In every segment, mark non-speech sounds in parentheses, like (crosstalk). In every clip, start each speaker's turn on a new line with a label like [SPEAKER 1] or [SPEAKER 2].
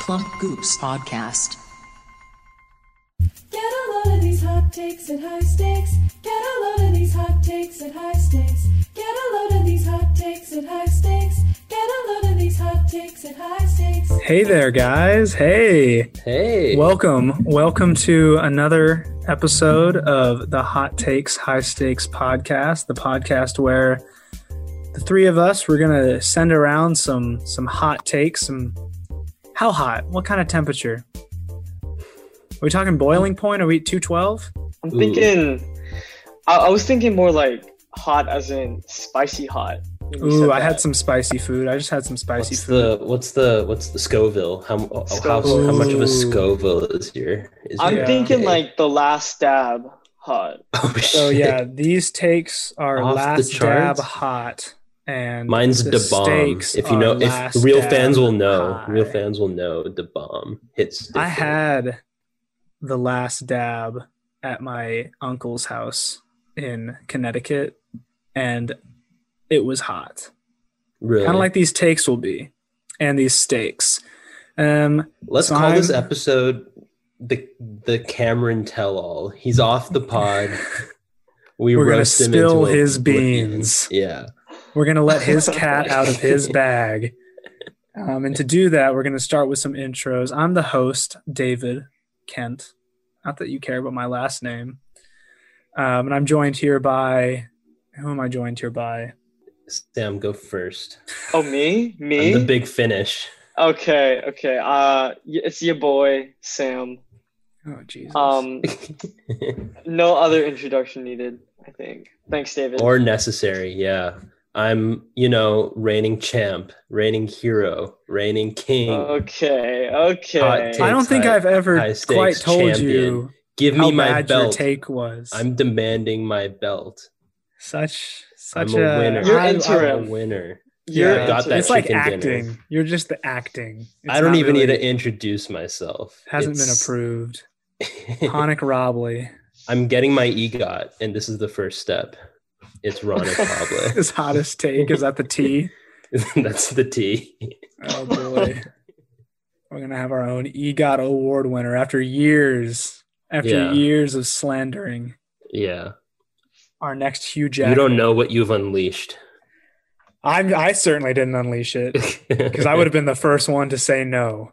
[SPEAKER 1] Plump Goops Podcast.
[SPEAKER 2] Get a load of these hot takes and high stakes. Get a load of these hot takes and high stakes. Get a load of these hot takes and high stakes. Get a load of these hot takes and high stakes.
[SPEAKER 3] Hey there, guys. Hey.
[SPEAKER 4] Hey.
[SPEAKER 3] Welcome. Welcome to another episode of the Hot Takes, High Stakes podcast, the podcast where the three of us we're going to send around some some hot takes, some how hot? What kind of temperature? Are we talking boiling point? Are we at 212?
[SPEAKER 5] I'm
[SPEAKER 4] Ooh.
[SPEAKER 5] thinking. I, I was thinking more like hot, as in spicy hot. when you said
[SPEAKER 3] Ooh, I
[SPEAKER 5] that.
[SPEAKER 3] had some spicy food. I just had some spicy
[SPEAKER 4] What's
[SPEAKER 3] food.
[SPEAKER 4] the what's the what's the Scoville? How oh, how,
[SPEAKER 5] Scoville.
[SPEAKER 4] how much of
[SPEAKER 3] Ooh.
[SPEAKER 4] a Scoville is your? Is
[SPEAKER 5] I'm
[SPEAKER 4] your
[SPEAKER 5] thinking
[SPEAKER 4] day?
[SPEAKER 5] like the last stab hot.
[SPEAKER 4] (laughs) Oh,
[SPEAKER 3] So
[SPEAKER 4] (laughs) shit.
[SPEAKER 3] yeah, these takes are
[SPEAKER 4] Off the
[SPEAKER 3] last dab
[SPEAKER 4] charts?
[SPEAKER 3] hot, and
[SPEAKER 4] Mine's
[SPEAKER 3] the
[SPEAKER 4] the bomb.
[SPEAKER 3] stakes
[SPEAKER 4] If you
[SPEAKER 3] are
[SPEAKER 4] know, if
[SPEAKER 3] last
[SPEAKER 4] the real
[SPEAKER 3] dab
[SPEAKER 4] fans will know, real
[SPEAKER 3] high.
[SPEAKER 4] fans will know the bomb hits.
[SPEAKER 3] I
[SPEAKER 4] different.
[SPEAKER 3] had the last dab at my uncle's house in Connecticut, and it was hot,
[SPEAKER 4] really.
[SPEAKER 3] kind of like these takes will be, and these steaks. Um,
[SPEAKER 4] Let's
[SPEAKER 3] so
[SPEAKER 4] call this
[SPEAKER 3] I'm-
[SPEAKER 4] episode the the Cameron tell all. He's off
[SPEAKER 3] (laughs)
[SPEAKER 4] the pod. We
[SPEAKER 3] We're gonna
[SPEAKER 4] roast him
[SPEAKER 3] spill
[SPEAKER 4] into
[SPEAKER 3] his
[SPEAKER 4] oblivion.
[SPEAKER 3] beans.
[SPEAKER 4] Yeah.
[SPEAKER 3] we're gonna let
[SPEAKER 4] (laughs)
[SPEAKER 3] his cat out of his bag. Um, and to do that, we're gonna start with some intros. I'm the host, David Kent. Not that you care about my last name. Um, and I'm joined here by who am I joined here by?
[SPEAKER 4] Sam, go first.
[SPEAKER 5] Oh
[SPEAKER 4] (laughs)
[SPEAKER 5] me, me.
[SPEAKER 4] I'm the big finish. (laughs)
[SPEAKER 5] okay, okay. Uh, y- it's your boy Sam.
[SPEAKER 3] Oh Jesus.
[SPEAKER 5] Um, no other introduction needed. I think. Thanks, David.
[SPEAKER 4] or necessary yeah i'm you know reigning champ reigning hero reigning king
[SPEAKER 3] Uh,
[SPEAKER 5] okay, okay.
[SPEAKER 3] I
[SPEAKER 4] take-
[SPEAKER 3] don't think
[SPEAKER 4] high-
[SPEAKER 3] I've ever
[SPEAKER 4] high stakes
[SPEAKER 3] quite told you
[SPEAKER 4] champion. give
[SPEAKER 3] how
[SPEAKER 4] me my
[SPEAKER 3] bad your
[SPEAKER 4] belt
[SPEAKER 3] take was.
[SPEAKER 4] i'm demanding my belt
[SPEAKER 3] such such
[SPEAKER 4] i'm a, winner
[SPEAKER 5] You're
[SPEAKER 3] I- I-
[SPEAKER 5] interim.
[SPEAKER 4] I'm a winner
[SPEAKER 5] You're
[SPEAKER 3] Yeah,
[SPEAKER 4] got that
[SPEAKER 3] It's like
[SPEAKER 4] chicken dinner.
[SPEAKER 3] acting. You're just the acting. It's
[SPEAKER 4] i don't
[SPEAKER 3] not
[SPEAKER 4] even need
[SPEAKER 3] really-
[SPEAKER 4] to introduce myself
[SPEAKER 3] Hasn't
[SPEAKER 4] It's-
[SPEAKER 3] been approved.
[SPEAKER 4] (laughs)
[SPEAKER 3] Honic Robley
[SPEAKER 4] i'm getting my egot and this is the first step it's ron and pablo
[SPEAKER 3] (laughs) His hottest take is at the T.
[SPEAKER 4] (laughs) that's the t
[SPEAKER 3] Oh boy. We're gonna have our own E EGOT award winner after years, after
[SPEAKER 4] Yeah.
[SPEAKER 3] years of slandering
[SPEAKER 4] yeah
[SPEAKER 3] our next Hugh
[SPEAKER 4] you
[SPEAKER 3] Jackman.
[SPEAKER 4] don't know what
[SPEAKER 3] (laughs)
[SPEAKER 4] you've unleashed
[SPEAKER 3] I'm I certainly didn't unleash it because
[SPEAKER 4] because
[SPEAKER 3] I would have been the first one to say no.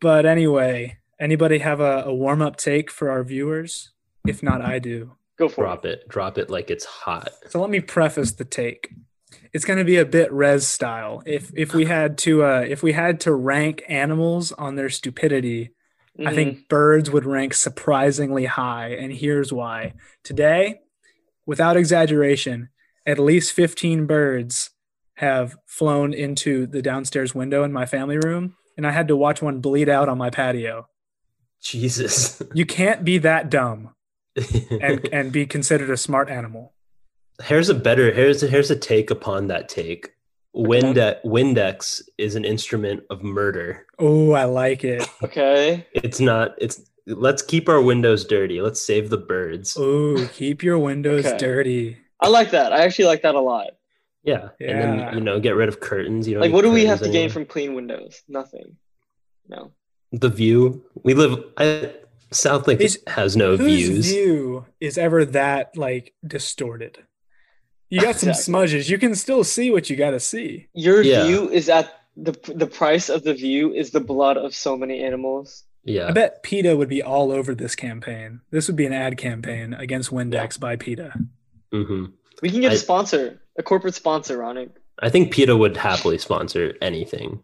[SPEAKER 3] But anyway, anybody have a, a warm up take for our viewers? If not, I do.
[SPEAKER 5] Go for
[SPEAKER 4] (laughs) drop it drop it like it's hot
[SPEAKER 3] So let me preface the take. It's going to be a bit res style. If if we had to uh, if we had to rank animals on their stupidity,
[SPEAKER 5] it.
[SPEAKER 3] I think birds would rank surprisingly high, and here's why. Today, without exaggeration, at least 15 birds have flown into the downstairs window in my family room, and I had to watch one bleed out on my patio.
[SPEAKER 4] jesus
[SPEAKER 3] You can't be that dumb
[SPEAKER 5] (laughs)
[SPEAKER 3] and, and be considered a smart animal.
[SPEAKER 4] (laughs) here's a better here's a, here's a take upon that take Winde- windex is an instrument of murder
[SPEAKER 3] Oh, I like it.
[SPEAKER 5] Mhm. Okay.
[SPEAKER 4] it's not it's let's keep our windows dirty let's save the birds
[SPEAKER 3] Oh, keep your windows
[SPEAKER 5] Okay.
[SPEAKER 3] dirty.
[SPEAKER 5] I like that. I actually like that a lot.
[SPEAKER 4] yeah. and
[SPEAKER 3] Yeah.
[SPEAKER 4] then you know get rid of curtains you know
[SPEAKER 5] Like, what do we have to gain from clean windows? Nothing. No.
[SPEAKER 4] the view we live I, south lake
[SPEAKER 3] Is-
[SPEAKER 4] has no
[SPEAKER 3] Whose
[SPEAKER 4] views
[SPEAKER 3] view is ever that like distorted? You got some
[SPEAKER 5] (laughs) Exactly.
[SPEAKER 3] smudges. You can still see what you got to see.
[SPEAKER 5] Your
[SPEAKER 4] Yeah.
[SPEAKER 5] view is at the the price of the view is the blood of so many animals.
[SPEAKER 3] I
[SPEAKER 4] yeah
[SPEAKER 3] bet PETA would be all over this campaign. This would be an ad campaign against Windex by
[SPEAKER 5] (laughs)
[SPEAKER 3] PETA.
[SPEAKER 4] hmm
[SPEAKER 5] We can get
[SPEAKER 4] I-
[SPEAKER 5] a sponsor, a corporate sponsor, Ronick.
[SPEAKER 4] i think peta would happily sponsor anything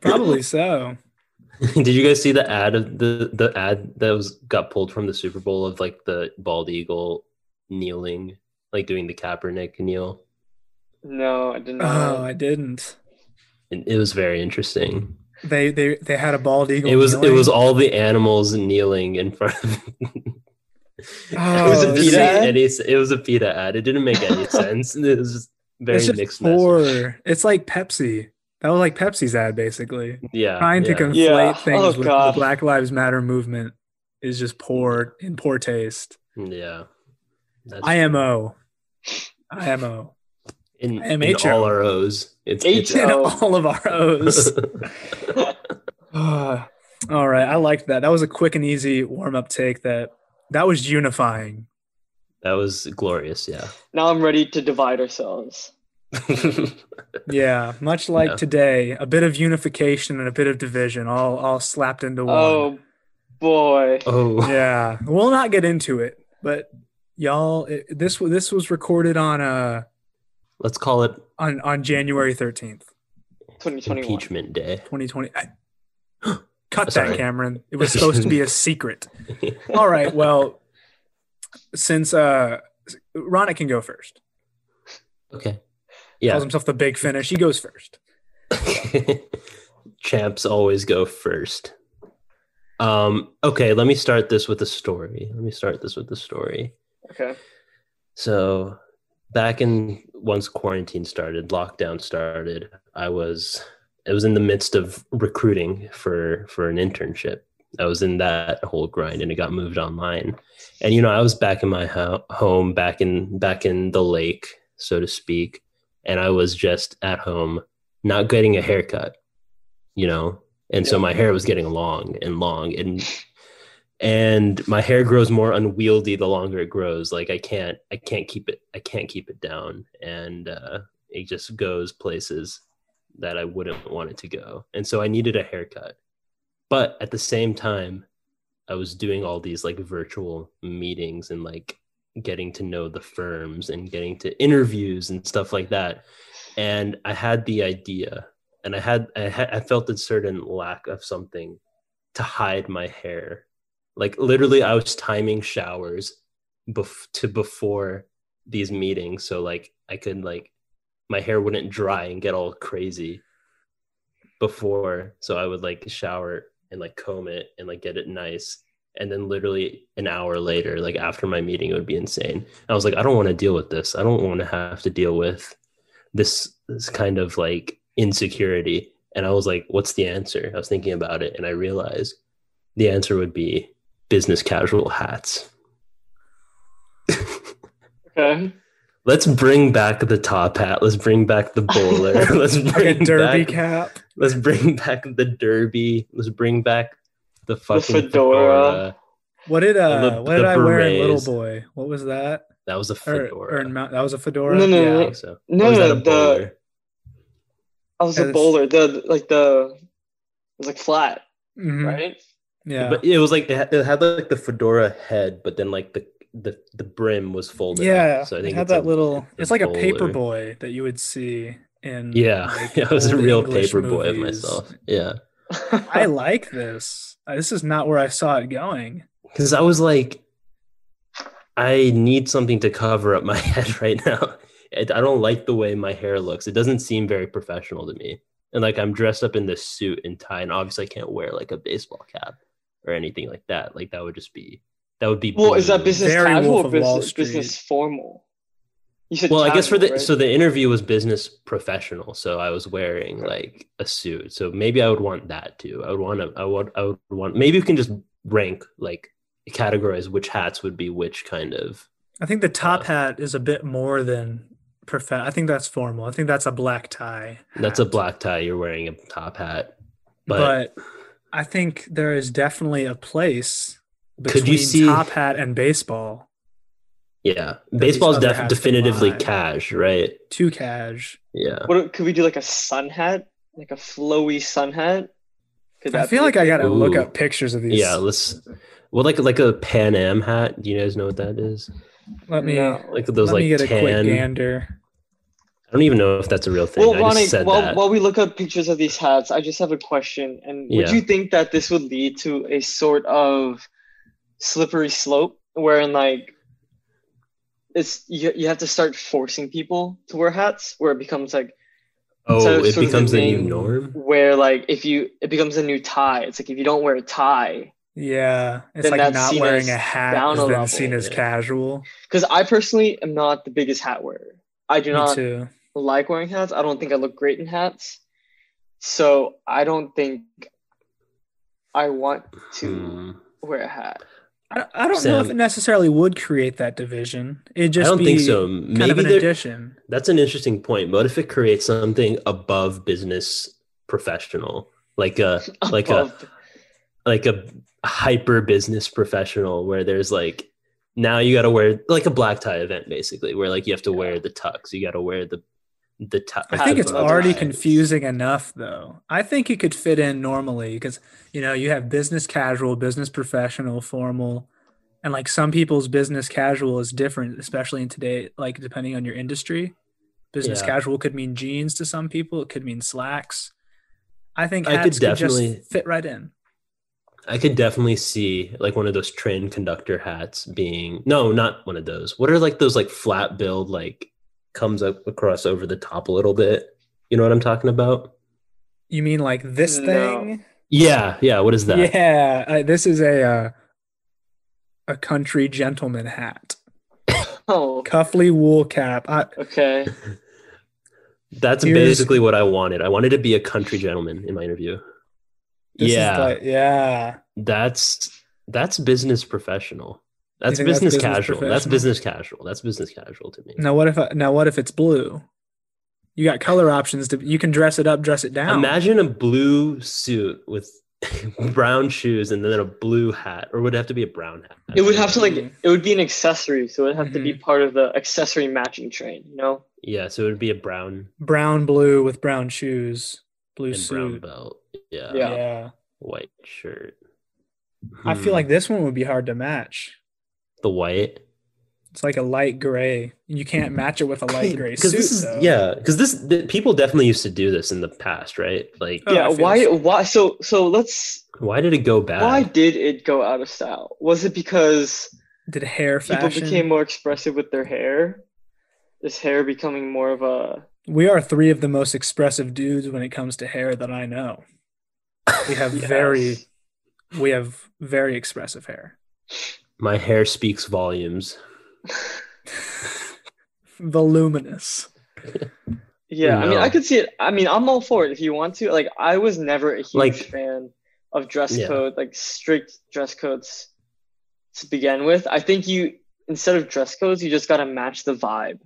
[SPEAKER 3] Probably so.
[SPEAKER 4] (laughs) Did you guys see the ad of the the ad that was got pulled from the Super Bowl of like the bald eagle kneeling, like doing the Kaepernick kneel?
[SPEAKER 5] No, I didn't.
[SPEAKER 3] Oh, I didn't.
[SPEAKER 4] And it was very interesting.
[SPEAKER 3] They they they had a bald eagle.
[SPEAKER 4] It was it
[SPEAKER 3] kneeling.
[SPEAKER 4] was all the animals kneeling in front of.
[SPEAKER 3] Oh,
[SPEAKER 4] (laughs) it was a
[SPEAKER 5] Oh,
[SPEAKER 3] it's
[SPEAKER 5] PETA
[SPEAKER 4] pita
[SPEAKER 5] sad.
[SPEAKER 4] ad. It was a pita ad. It didn't make
[SPEAKER 3] (laughs)
[SPEAKER 4] any sense. It was just very
[SPEAKER 3] it's just
[SPEAKER 4] mixed.
[SPEAKER 3] poor.
[SPEAKER 4] message.
[SPEAKER 3] It's like Pepsi. That was like Pepsi's ad, basically.
[SPEAKER 4] Yeah,
[SPEAKER 3] Trying to
[SPEAKER 4] yeah.
[SPEAKER 3] conflate
[SPEAKER 5] Yeah.
[SPEAKER 3] things
[SPEAKER 5] Oh,
[SPEAKER 3] with
[SPEAKER 5] God.
[SPEAKER 3] the Black Lives Matter movement is just poor in poor taste.
[SPEAKER 4] yeah. That's-
[SPEAKER 3] IMO. IMO.
[SPEAKER 4] in, in
[SPEAKER 3] MHO.
[SPEAKER 4] all our O's. It's, it's
[SPEAKER 3] (laughs)
[SPEAKER 5] HO.
[SPEAKER 3] in
[SPEAKER 5] Oh.
[SPEAKER 3] all of our O's. Ah, (sighs) all right, I liked that. That was a quick and easy warm up take. That that was unifying.
[SPEAKER 4] (laughs) that was glorious. Yeah. (laughs)
[SPEAKER 5] Now I'm ready to divide ourselves.
[SPEAKER 3] Yeah, much like
[SPEAKER 4] Yeah.
[SPEAKER 3] today, a bit of unification and a bit of division, all all slapped into one.
[SPEAKER 5] Oh boy.
[SPEAKER 4] oh.
[SPEAKER 3] yeah, we'll not get into it, but y'all, it, this this was recorded on uh
[SPEAKER 4] Let's call it
[SPEAKER 3] on on January thirteenth,
[SPEAKER 5] 2021.
[SPEAKER 4] impeachment day.
[SPEAKER 3] twenty twenty. (gasps) Cut
[SPEAKER 4] Sorry.
[SPEAKER 3] that, Cameron. It was supposed to be
[SPEAKER 4] (laughs)
[SPEAKER 3] a secret. All right. Well, since uh, Ronick can go first,
[SPEAKER 4] okay.
[SPEAKER 3] calls
[SPEAKER 4] Yeah.
[SPEAKER 3] himself the Big Finish. He goes
[SPEAKER 4] (laughs)
[SPEAKER 3] first.
[SPEAKER 4] Champs always go first. Um, okay, let me start this with a story. Let me start this with a story.
[SPEAKER 5] Okay.
[SPEAKER 4] So, back in once quarantine started, lockdown started, I was it was in the midst of recruiting for for an internship. I was in that whole grind, and it got moved online. And you know, I was back in my ho- home, back in back in the lake, so to speak, and I was just at home, not getting a haircut, you know. And so
[SPEAKER 5] Yeah.
[SPEAKER 4] my hair was getting long and long, and and my hair grows more unwieldy the longer it grows like i can't i can't keep it i can't keep it down and uh, it just goes places that i wouldn't want it to go and so i needed a haircut but at the same time i was doing all these like virtual meetings and like getting to know the firms and getting to interviews and stuff like that and i had the idea and i had i, had, I felt a certain lack of something to hide my hair like literally i was timing showers bef- to before these meetings so like i could like my hair wouldn't dry and get all crazy before so i would like shower and like comb it and like get it nice and then literally an hour later like after my meeting it would be insane i was like i don't want to deal with this i don't want to have to deal with this this kind of like insecurity and i was like what's the answer i was thinking about it and i realized the answer would be business casual hats.
[SPEAKER 5] Okay.
[SPEAKER 4] Let's bring back the top hat. Let's bring
[SPEAKER 3] (laughs)
[SPEAKER 4] back the bowler. (laughs) let's
[SPEAKER 3] Like a
[SPEAKER 4] bring
[SPEAKER 3] derby
[SPEAKER 4] back.
[SPEAKER 3] cap.
[SPEAKER 4] Let's bring (laughs) back the derby. Let's bring back the fucking
[SPEAKER 5] fedora.
[SPEAKER 4] fedora.
[SPEAKER 3] What did uh?
[SPEAKER 4] The-
[SPEAKER 3] what did
[SPEAKER 4] the
[SPEAKER 3] I wear in Little
[SPEAKER 4] berets.
[SPEAKER 3] Boy? What was that?
[SPEAKER 4] That was a
[SPEAKER 3] Or,
[SPEAKER 4] fedora.
[SPEAKER 3] or in Mount, that was a fedora.
[SPEAKER 5] No, no,
[SPEAKER 4] I
[SPEAKER 5] no,
[SPEAKER 3] yeah.
[SPEAKER 4] think so.
[SPEAKER 5] No,
[SPEAKER 4] Or was that a
[SPEAKER 5] the-
[SPEAKER 4] bowler?
[SPEAKER 5] I was
[SPEAKER 3] Yeah,
[SPEAKER 5] a
[SPEAKER 3] that's-
[SPEAKER 5] bowler. The like the it was like flat,
[SPEAKER 3] Mhm.
[SPEAKER 5] right?
[SPEAKER 3] Yeah.
[SPEAKER 4] But it was like it had, it had like the fedora head, but then like the the, the brim was folded. up.
[SPEAKER 3] yeah.
[SPEAKER 4] So I
[SPEAKER 3] it
[SPEAKER 4] think
[SPEAKER 3] had
[SPEAKER 4] it's
[SPEAKER 3] that
[SPEAKER 4] a-
[SPEAKER 3] little.
[SPEAKER 4] a
[SPEAKER 3] It's like a paper
[SPEAKER 4] bowler.
[SPEAKER 3] boy that you would see in.
[SPEAKER 4] Yeah,
[SPEAKER 3] like,
[SPEAKER 4] (laughs) I was a
[SPEAKER 3] old
[SPEAKER 4] real
[SPEAKER 3] English
[SPEAKER 4] paper boy of
[SPEAKER 3] movies.
[SPEAKER 4] myself. Yeah.
[SPEAKER 3] I like this. Uh, This is not where I saw it going.
[SPEAKER 4] because I was like, I need something to cover up my (laughs) head right now. And I don't like the way my hair looks. It doesn't seem very professional to me. And like I'm dressed up in this suit and tie, and obviously I can't wear like a baseball cap or anything like that. Like that would just be that would be.
[SPEAKER 5] (laughs) well, is that
[SPEAKER 4] blue.
[SPEAKER 5] business
[SPEAKER 3] Very
[SPEAKER 5] casual
[SPEAKER 3] Wolf
[SPEAKER 5] or
[SPEAKER 3] of Wall
[SPEAKER 5] business, business
[SPEAKER 3] Street.
[SPEAKER 5] formal? You said
[SPEAKER 4] Well, I guess for
[SPEAKER 5] casual,
[SPEAKER 4] the
[SPEAKER 5] right?
[SPEAKER 4] so the interview was business professional, so I was wearing like a suit. So maybe I would want that too. I would want to. I would. I would want. Maybe you can just rank like categorize which hats would be which kind of
[SPEAKER 3] I think the top hat is a bit more than prof. I think that's formal. I think that's a black tie.
[SPEAKER 4] That's a
[SPEAKER 3] hat.
[SPEAKER 4] black tie. You're wearing a top hat. But,
[SPEAKER 3] But, I think there is definitely a place
[SPEAKER 4] Could you
[SPEAKER 3] between
[SPEAKER 4] see-
[SPEAKER 3] top hat and baseball.
[SPEAKER 4] yeah, baseball's
[SPEAKER 3] other
[SPEAKER 4] def-
[SPEAKER 3] hats
[SPEAKER 4] definitively
[SPEAKER 3] combined.
[SPEAKER 4] cash, right?
[SPEAKER 3] Too cash.
[SPEAKER 4] Yeah.
[SPEAKER 5] What could we do? Like a sun hat, like a flowy sun hat. Could
[SPEAKER 3] I
[SPEAKER 5] that
[SPEAKER 3] feel
[SPEAKER 5] be-
[SPEAKER 3] like I gotta look
[SPEAKER 4] Ooh.
[SPEAKER 3] up pictures of these.
[SPEAKER 4] Yeah, let's well like like a Pan Am hat. Do you guys know what that is?
[SPEAKER 3] let me
[SPEAKER 5] No.
[SPEAKER 4] Like those
[SPEAKER 3] let
[SPEAKER 4] like
[SPEAKER 3] me get a quick
[SPEAKER 4] tan. I
[SPEAKER 3] gander.
[SPEAKER 4] don't even know if that's a real thing.
[SPEAKER 5] Well,
[SPEAKER 4] I
[SPEAKER 5] Ronnie,
[SPEAKER 4] just said
[SPEAKER 5] while,
[SPEAKER 4] that.
[SPEAKER 5] while we look up pictures of these hats, I just have a question. And would
[SPEAKER 4] Yeah.
[SPEAKER 5] you think that this would lead to a sort of slippery slope wherein, like, it's you, you have to start forcing people to wear hats where it becomes like so
[SPEAKER 4] oh,
[SPEAKER 5] it's
[SPEAKER 4] it
[SPEAKER 5] sort of
[SPEAKER 4] becomes
[SPEAKER 5] the
[SPEAKER 4] a new
[SPEAKER 5] name-
[SPEAKER 4] norm.
[SPEAKER 5] where like if you it becomes a new tie it's like if you don't wear a tie
[SPEAKER 3] Yeah, it's
[SPEAKER 5] Then
[SPEAKER 3] like
[SPEAKER 5] that's
[SPEAKER 3] not
[SPEAKER 5] seen
[SPEAKER 3] wearing
[SPEAKER 5] as
[SPEAKER 3] a hat
[SPEAKER 5] down
[SPEAKER 3] is
[SPEAKER 5] a
[SPEAKER 3] then
[SPEAKER 5] level,
[SPEAKER 3] seen as
[SPEAKER 4] yeah.
[SPEAKER 3] casual.
[SPEAKER 5] because i personally am not the biggest hat wearer i do
[SPEAKER 3] Me
[SPEAKER 5] not
[SPEAKER 3] too.
[SPEAKER 5] like wearing hats. I don't think I look great in hats. So I don't think I want to
[SPEAKER 4] Hmm.
[SPEAKER 5] wear a hat. (laughs)
[SPEAKER 3] I, I don't know
[SPEAKER 4] Sam-
[SPEAKER 3] if it necessarily would create that division. It
[SPEAKER 4] I
[SPEAKER 3] just
[SPEAKER 4] don't
[SPEAKER 3] be
[SPEAKER 4] think so.
[SPEAKER 3] Kind
[SPEAKER 4] Maybe
[SPEAKER 3] of an
[SPEAKER 4] there-
[SPEAKER 3] addition.
[SPEAKER 4] that's an interesting point. What if it creates something above business professional, like a like a
[SPEAKER 5] Above-
[SPEAKER 4] like a hyper business professional, where there's like now you got to wear like a black tie event, basically, where like you have to wear the tux, you got to wear the the tie.
[SPEAKER 3] I think
[SPEAKER 5] I
[SPEAKER 3] it's
[SPEAKER 5] love
[SPEAKER 3] already
[SPEAKER 5] that.
[SPEAKER 3] confusing enough, though. I think it could fit in normally because you know you have business casual, business professional, formal, and like some people's business casual is different, especially in today. Like depending on your industry, business
[SPEAKER 4] Yeah.
[SPEAKER 3] casual could mean jeans to some people. It could mean slacks. I think
[SPEAKER 4] I could
[SPEAKER 3] hats could
[SPEAKER 4] definitely-
[SPEAKER 3] just fit right in.
[SPEAKER 4] I could definitely see like one of those train conductor hats being no, not one of those. What are like those like flat billed like comes up across over the top a little bit? You know what I'm talking about?
[SPEAKER 3] You mean like this
[SPEAKER 5] No.
[SPEAKER 3] thing?
[SPEAKER 4] Yeah, yeah. What is that?
[SPEAKER 3] Yeah, uh, this is a uh, a country gentleman hat,
[SPEAKER 5] oh,
[SPEAKER 3] cuffly wool cap. I,
[SPEAKER 5] okay.
[SPEAKER 4] That's
[SPEAKER 3] Dude.
[SPEAKER 4] basically what I wanted. I wanted to be a country gentleman in my interview.
[SPEAKER 3] this is
[SPEAKER 4] yeah,
[SPEAKER 3] like- yeah.
[SPEAKER 4] that's that's business professional. That's
[SPEAKER 3] think that's
[SPEAKER 4] business,
[SPEAKER 3] business
[SPEAKER 4] casual. That's
[SPEAKER 3] professional?
[SPEAKER 4] business casual. That's business casual to me.
[SPEAKER 3] Now what if I, now what if it's blue? You got color options. To, you can dress it up, dress it down.
[SPEAKER 4] Imagine a blue suit with (laughs) brown shoes and then a blue hat, or would it have to be a brown hat?
[SPEAKER 5] It would have to like
[SPEAKER 3] Mhm.
[SPEAKER 5] it would be an accessory, so it would have to be
[SPEAKER 3] Mhm.
[SPEAKER 5] part of the accessory matching train. You know,
[SPEAKER 4] yeah. So it would be a brown
[SPEAKER 3] brown blue with brown shoes, blue
[SPEAKER 4] and brown
[SPEAKER 3] suit.
[SPEAKER 4] belt. Yeah,
[SPEAKER 5] Yeah.
[SPEAKER 4] white shirt.
[SPEAKER 3] I
[SPEAKER 4] Hmm,
[SPEAKER 3] feel like this one would be hard to match.
[SPEAKER 4] the white
[SPEAKER 3] It's like a light gray. You can't match it with a light gray suit.
[SPEAKER 4] this is
[SPEAKER 3] though.
[SPEAKER 4] yeah because this the, people definitely used to do this in the past, right? Like
[SPEAKER 3] Oh,
[SPEAKER 5] yeah.
[SPEAKER 3] I feel
[SPEAKER 5] Why?
[SPEAKER 3] so.
[SPEAKER 5] Why? So so let's.
[SPEAKER 4] Why did it go bad?
[SPEAKER 5] Why did it go out of style? Was it because
[SPEAKER 3] Did hair
[SPEAKER 5] people
[SPEAKER 3] fashion?
[SPEAKER 5] became more expressive with their hair? Is hair becoming more of a
[SPEAKER 3] we are three of the most expressive dudes when it comes to hair that I know. We
[SPEAKER 4] (laughs)
[SPEAKER 3] have very
[SPEAKER 5] Yes.
[SPEAKER 3] we have very expressive hair.
[SPEAKER 4] My hair speaks volumes.
[SPEAKER 3] Voluminous.
[SPEAKER 5] Yeah, I mean,
[SPEAKER 4] No.
[SPEAKER 5] I could see it. I mean, I'm all for it if you want to. Like, I was never a huge
[SPEAKER 4] Like-
[SPEAKER 5] fan of dress
[SPEAKER 4] Yeah.
[SPEAKER 5] code, like strict dress codes to begin with. I think you instead of dress codes, you just gotta match the vibe.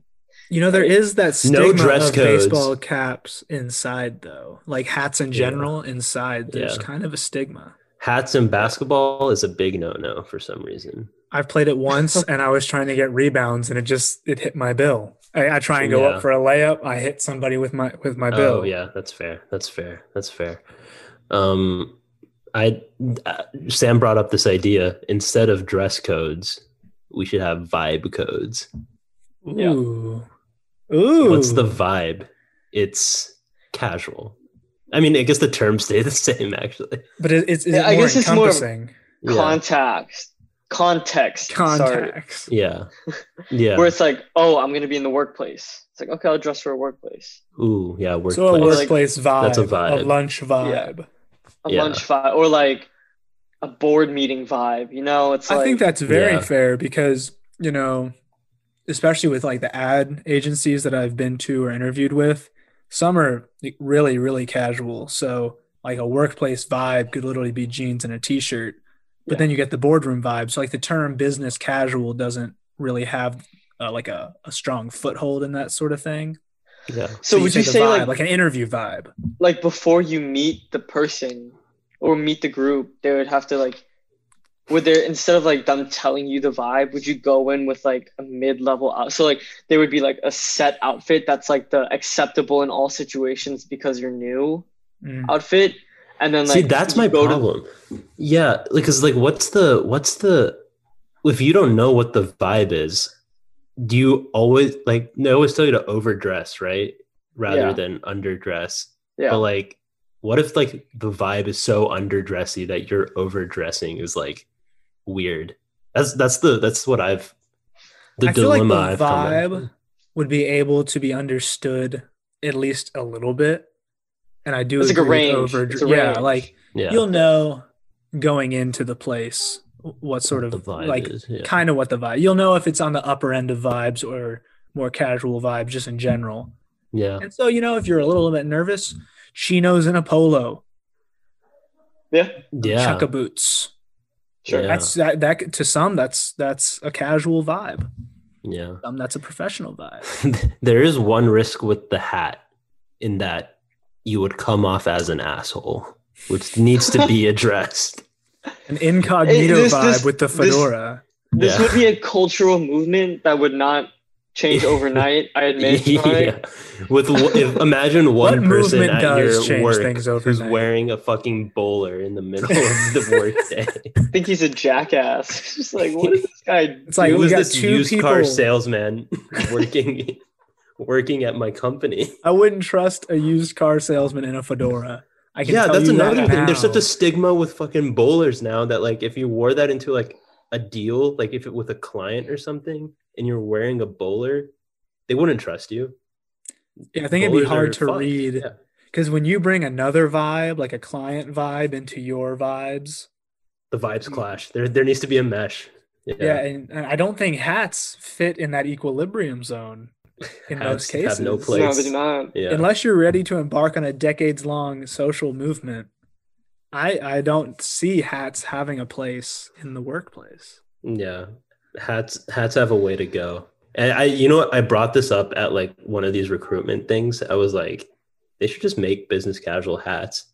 [SPEAKER 3] You know, there is that stigma
[SPEAKER 4] No dress
[SPEAKER 3] of
[SPEAKER 4] codes.
[SPEAKER 3] baseball caps inside, though. Like hats in
[SPEAKER 4] Yeah.
[SPEAKER 3] general inside, there's
[SPEAKER 4] Yeah.
[SPEAKER 3] kind of a stigma.
[SPEAKER 4] Hats and basketball is a big no-no for some reason.
[SPEAKER 3] I've played it
[SPEAKER 4] (laughs)
[SPEAKER 3] once, and I was trying to get rebounds, and it just it hit my bill. I, I try and go
[SPEAKER 4] Yeah.
[SPEAKER 3] up for a layup. I hit somebody with my with my bill.
[SPEAKER 4] Oh yeah, that's fair. That's fair. That's fair. Um, I uh, Sam brought up this idea. Instead of dress codes, we should have vibe codes.
[SPEAKER 5] Yeah.
[SPEAKER 3] Ooh. Ooh.
[SPEAKER 4] What's the vibe? It's casual. I mean, I guess the terms (laughs) stay the same. Actually,
[SPEAKER 3] But it, it's, is
[SPEAKER 5] Yeah,
[SPEAKER 3] it
[SPEAKER 5] I
[SPEAKER 3] more
[SPEAKER 5] guess it's more of-
[SPEAKER 3] encompassing?
[SPEAKER 4] yeah,
[SPEAKER 5] Context, context, sorry.
[SPEAKER 3] Contacts.
[SPEAKER 4] yeah, yeah.
[SPEAKER 5] Where it's like, oh, I'm gonna be in the workplace. It's like, okay, I'll dress for a workplace,
[SPEAKER 4] Ooh, yeah.
[SPEAKER 3] So a
[SPEAKER 4] Workplace.
[SPEAKER 3] workplace vibe.
[SPEAKER 4] That's a
[SPEAKER 3] A
[SPEAKER 4] vibe.
[SPEAKER 3] lunch vibe.
[SPEAKER 5] a
[SPEAKER 4] Yeah.
[SPEAKER 5] lunch vibe, or like a board meeting vibe. You know, it's
[SPEAKER 3] I
[SPEAKER 5] like
[SPEAKER 3] think that's very
[SPEAKER 4] Yeah.
[SPEAKER 3] fair because, you know, especially with like the ad agencies that I've been to or interviewed with, some are like, really, really casual. So, like a workplace vibe could literally be jeans and a t shirt, but
[SPEAKER 5] Yeah.
[SPEAKER 3] then you get the boardroom vibe. So, like the term business casual doesn't really have uh, like a, a strong foothold in that sort of thing.
[SPEAKER 4] yeah.
[SPEAKER 5] So, would you
[SPEAKER 3] the
[SPEAKER 5] say
[SPEAKER 3] vibe,
[SPEAKER 5] like
[SPEAKER 3] like an interview vibe?
[SPEAKER 5] like before you meet the person or meet the group, they would have to like would there instead of like them telling you the vibe, would you go in with like a mid level out so like there would be like a set outfit that's like the acceptable in all situations because you're new
[SPEAKER 3] Mm.
[SPEAKER 5] outfit and then like
[SPEAKER 4] See, that's
[SPEAKER 5] you
[SPEAKER 4] my
[SPEAKER 5] go to-
[SPEAKER 4] problem. Yeah, because like, what's the what's the if you don't know what the vibe is, do you always like they always tell you to overdress, right, rather
[SPEAKER 5] Yeah.
[SPEAKER 4] than underdress?
[SPEAKER 5] yeah.
[SPEAKER 4] But like, what if like the vibe is so underdressy that your overdressing is like weird? That's that's the that's what I've the
[SPEAKER 3] I feel like
[SPEAKER 4] dilemma
[SPEAKER 3] the
[SPEAKER 4] I've come up-
[SPEAKER 3] vibe would be able to be understood at least a little bit. And I do
[SPEAKER 5] It's like a
[SPEAKER 3] agree with
[SPEAKER 5] range. It's a
[SPEAKER 3] yeah,
[SPEAKER 5] range.
[SPEAKER 3] like
[SPEAKER 4] yeah,
[SPEAKER 3] you'll know going into the place what sort
[SPEAKER 4] the
[SPEAKER 3] of
[SPEAKER 4] vibe
[SPEAKER 3] like
[SPEAKER 4] is, yeah.
[SPEAKER 3] kind of what the vibe. You'll know if it's on the upper end of vibes or more casual vibes just in general.
[SPEAKER 4] yeah.
[SPEAKER 3] And so you know if you're a little bit nervous, chinos and a polo,
[SPEAKER 5] yeah.
[SPEAKER 4] Yeah.
[SPEAKER 3] chukka boots,
[SPEAKER 5] Sure.
[SPEAKER 4] Yeah.
[SPEAKER 3] That's that, that to some that's that's a casual vibe.
[SPEAKER 4] yeah.
[SPEAKER 3] Some that's a professional vibe.
[SPEAKER 4] (laughs) there is one risk with the hat in that you would come off as an asshole, which needs
[SPEAKER 3] (laughs)
[SPEAKER 4] to be addressed.
[SPEAKER 3] An incognito
[SPEAKER 5] Hey, this-
[SPEAKER 3] vibe
[SPEAKER 5] this-
[SPEAKER 3] with the
[SPEAKER 5] this-
[SPEAKER 3] fedora.
[SPEAKER 5] This
[SPEAKER 4] Yeah.
[SPEAKER 5] would be a cultural movement that would not
[SPEAKER 4] (laughs)
[SPEAKER 5] change
[SPEAKER 4] Yeah.
[SPEAKER 5] overnight. I admit. Sorry.
[SPEAKER 4] (laughs) yeah. With one- if, imagine
[SPEAKER 3] What
[SPEAKER 4] one person
[SPEAKER 3] movement
[SPEAKER 4] at
[SPEAKER 3] does
[SPEAKER 4] your
[SPEAKER 3] change
[SPEAKER 4] work
[SPEAKER 3] things
[SPEAKER 4] who's
[SPEAKER 3] overnight?
[SPEAKER 4] wearing a fucking bowler in
[SPEAKER 3] (laughs)
[SPEAKER 4] the middle of the workday.
[SPEAKER 5] I think he's a jackass. (laughs) It's just like, what is this guy
[SPEAKER 3] It's like
[SPEAKER 4] Who
[SPEAKER 3] we
[SPEAKER 4] was
[SPEAKER 3] got
[SPEAKER 4] this
[SPEAKER 3] two
[SPEAKER 4] used car
[SPEAKER 3] people. (laughs)
[SPEAKER 4] salesman working working at my company?
[SPEAKER 3] I wouldn't trust a used car salesman in a fedora. I can
[SPEAKER 4] Yeah,
[SPEAKER 3] tell
[SPEAKER 4] that's
[SPEAKER 3] you
[SPEAKER 4] another
[SPEAKER 3] that
[SPEAKER 4] thing. There's such
[SPEAKER 3] now.
[SPEAKER 4] a stigma with fucking bowlers now that like if you wore that into like a deal, like if it with a client or something, and you're wearing a bowler, they wouldn't trust you.
[SPEAKER 3] Yeah, I think it'd be
[SPEAKER 4] Bowlers
[SPEAKER 3] hard
[SPEAKER 4] are
[SPEAKER 3] to
[SPEAKER 4] fucked.
[SPEAKER 3] read.
[SPEAKER 4] Yeah.
[SPEAKER 3] Because when you bring another vibe, like a client vibe, into your vibes,
[SPEAKER 4] The vibes clash. There there needs to be a mesh. Yeah,
[SPEAKER 3] Mm. yeah, and, and I don't think hats fit in that equilibrium zone in most
[SPEAKER 4] Hats
[SPEAKER 3] cases.
[SPEAKER 4] have no place.
[SPEAKER 5] No, they're not.
[SPEAKER 4] yeah.
[SPEAKER 3] Unless you're ready to embark on a decades-long social movement, I I don't see hats having a place in the workplace.
[SPEAKER 4] Yeah, hats hats have a way to go. And I, you know, what? I brought this up at like one of these recruitment things. I was like, they should just make business casual hats.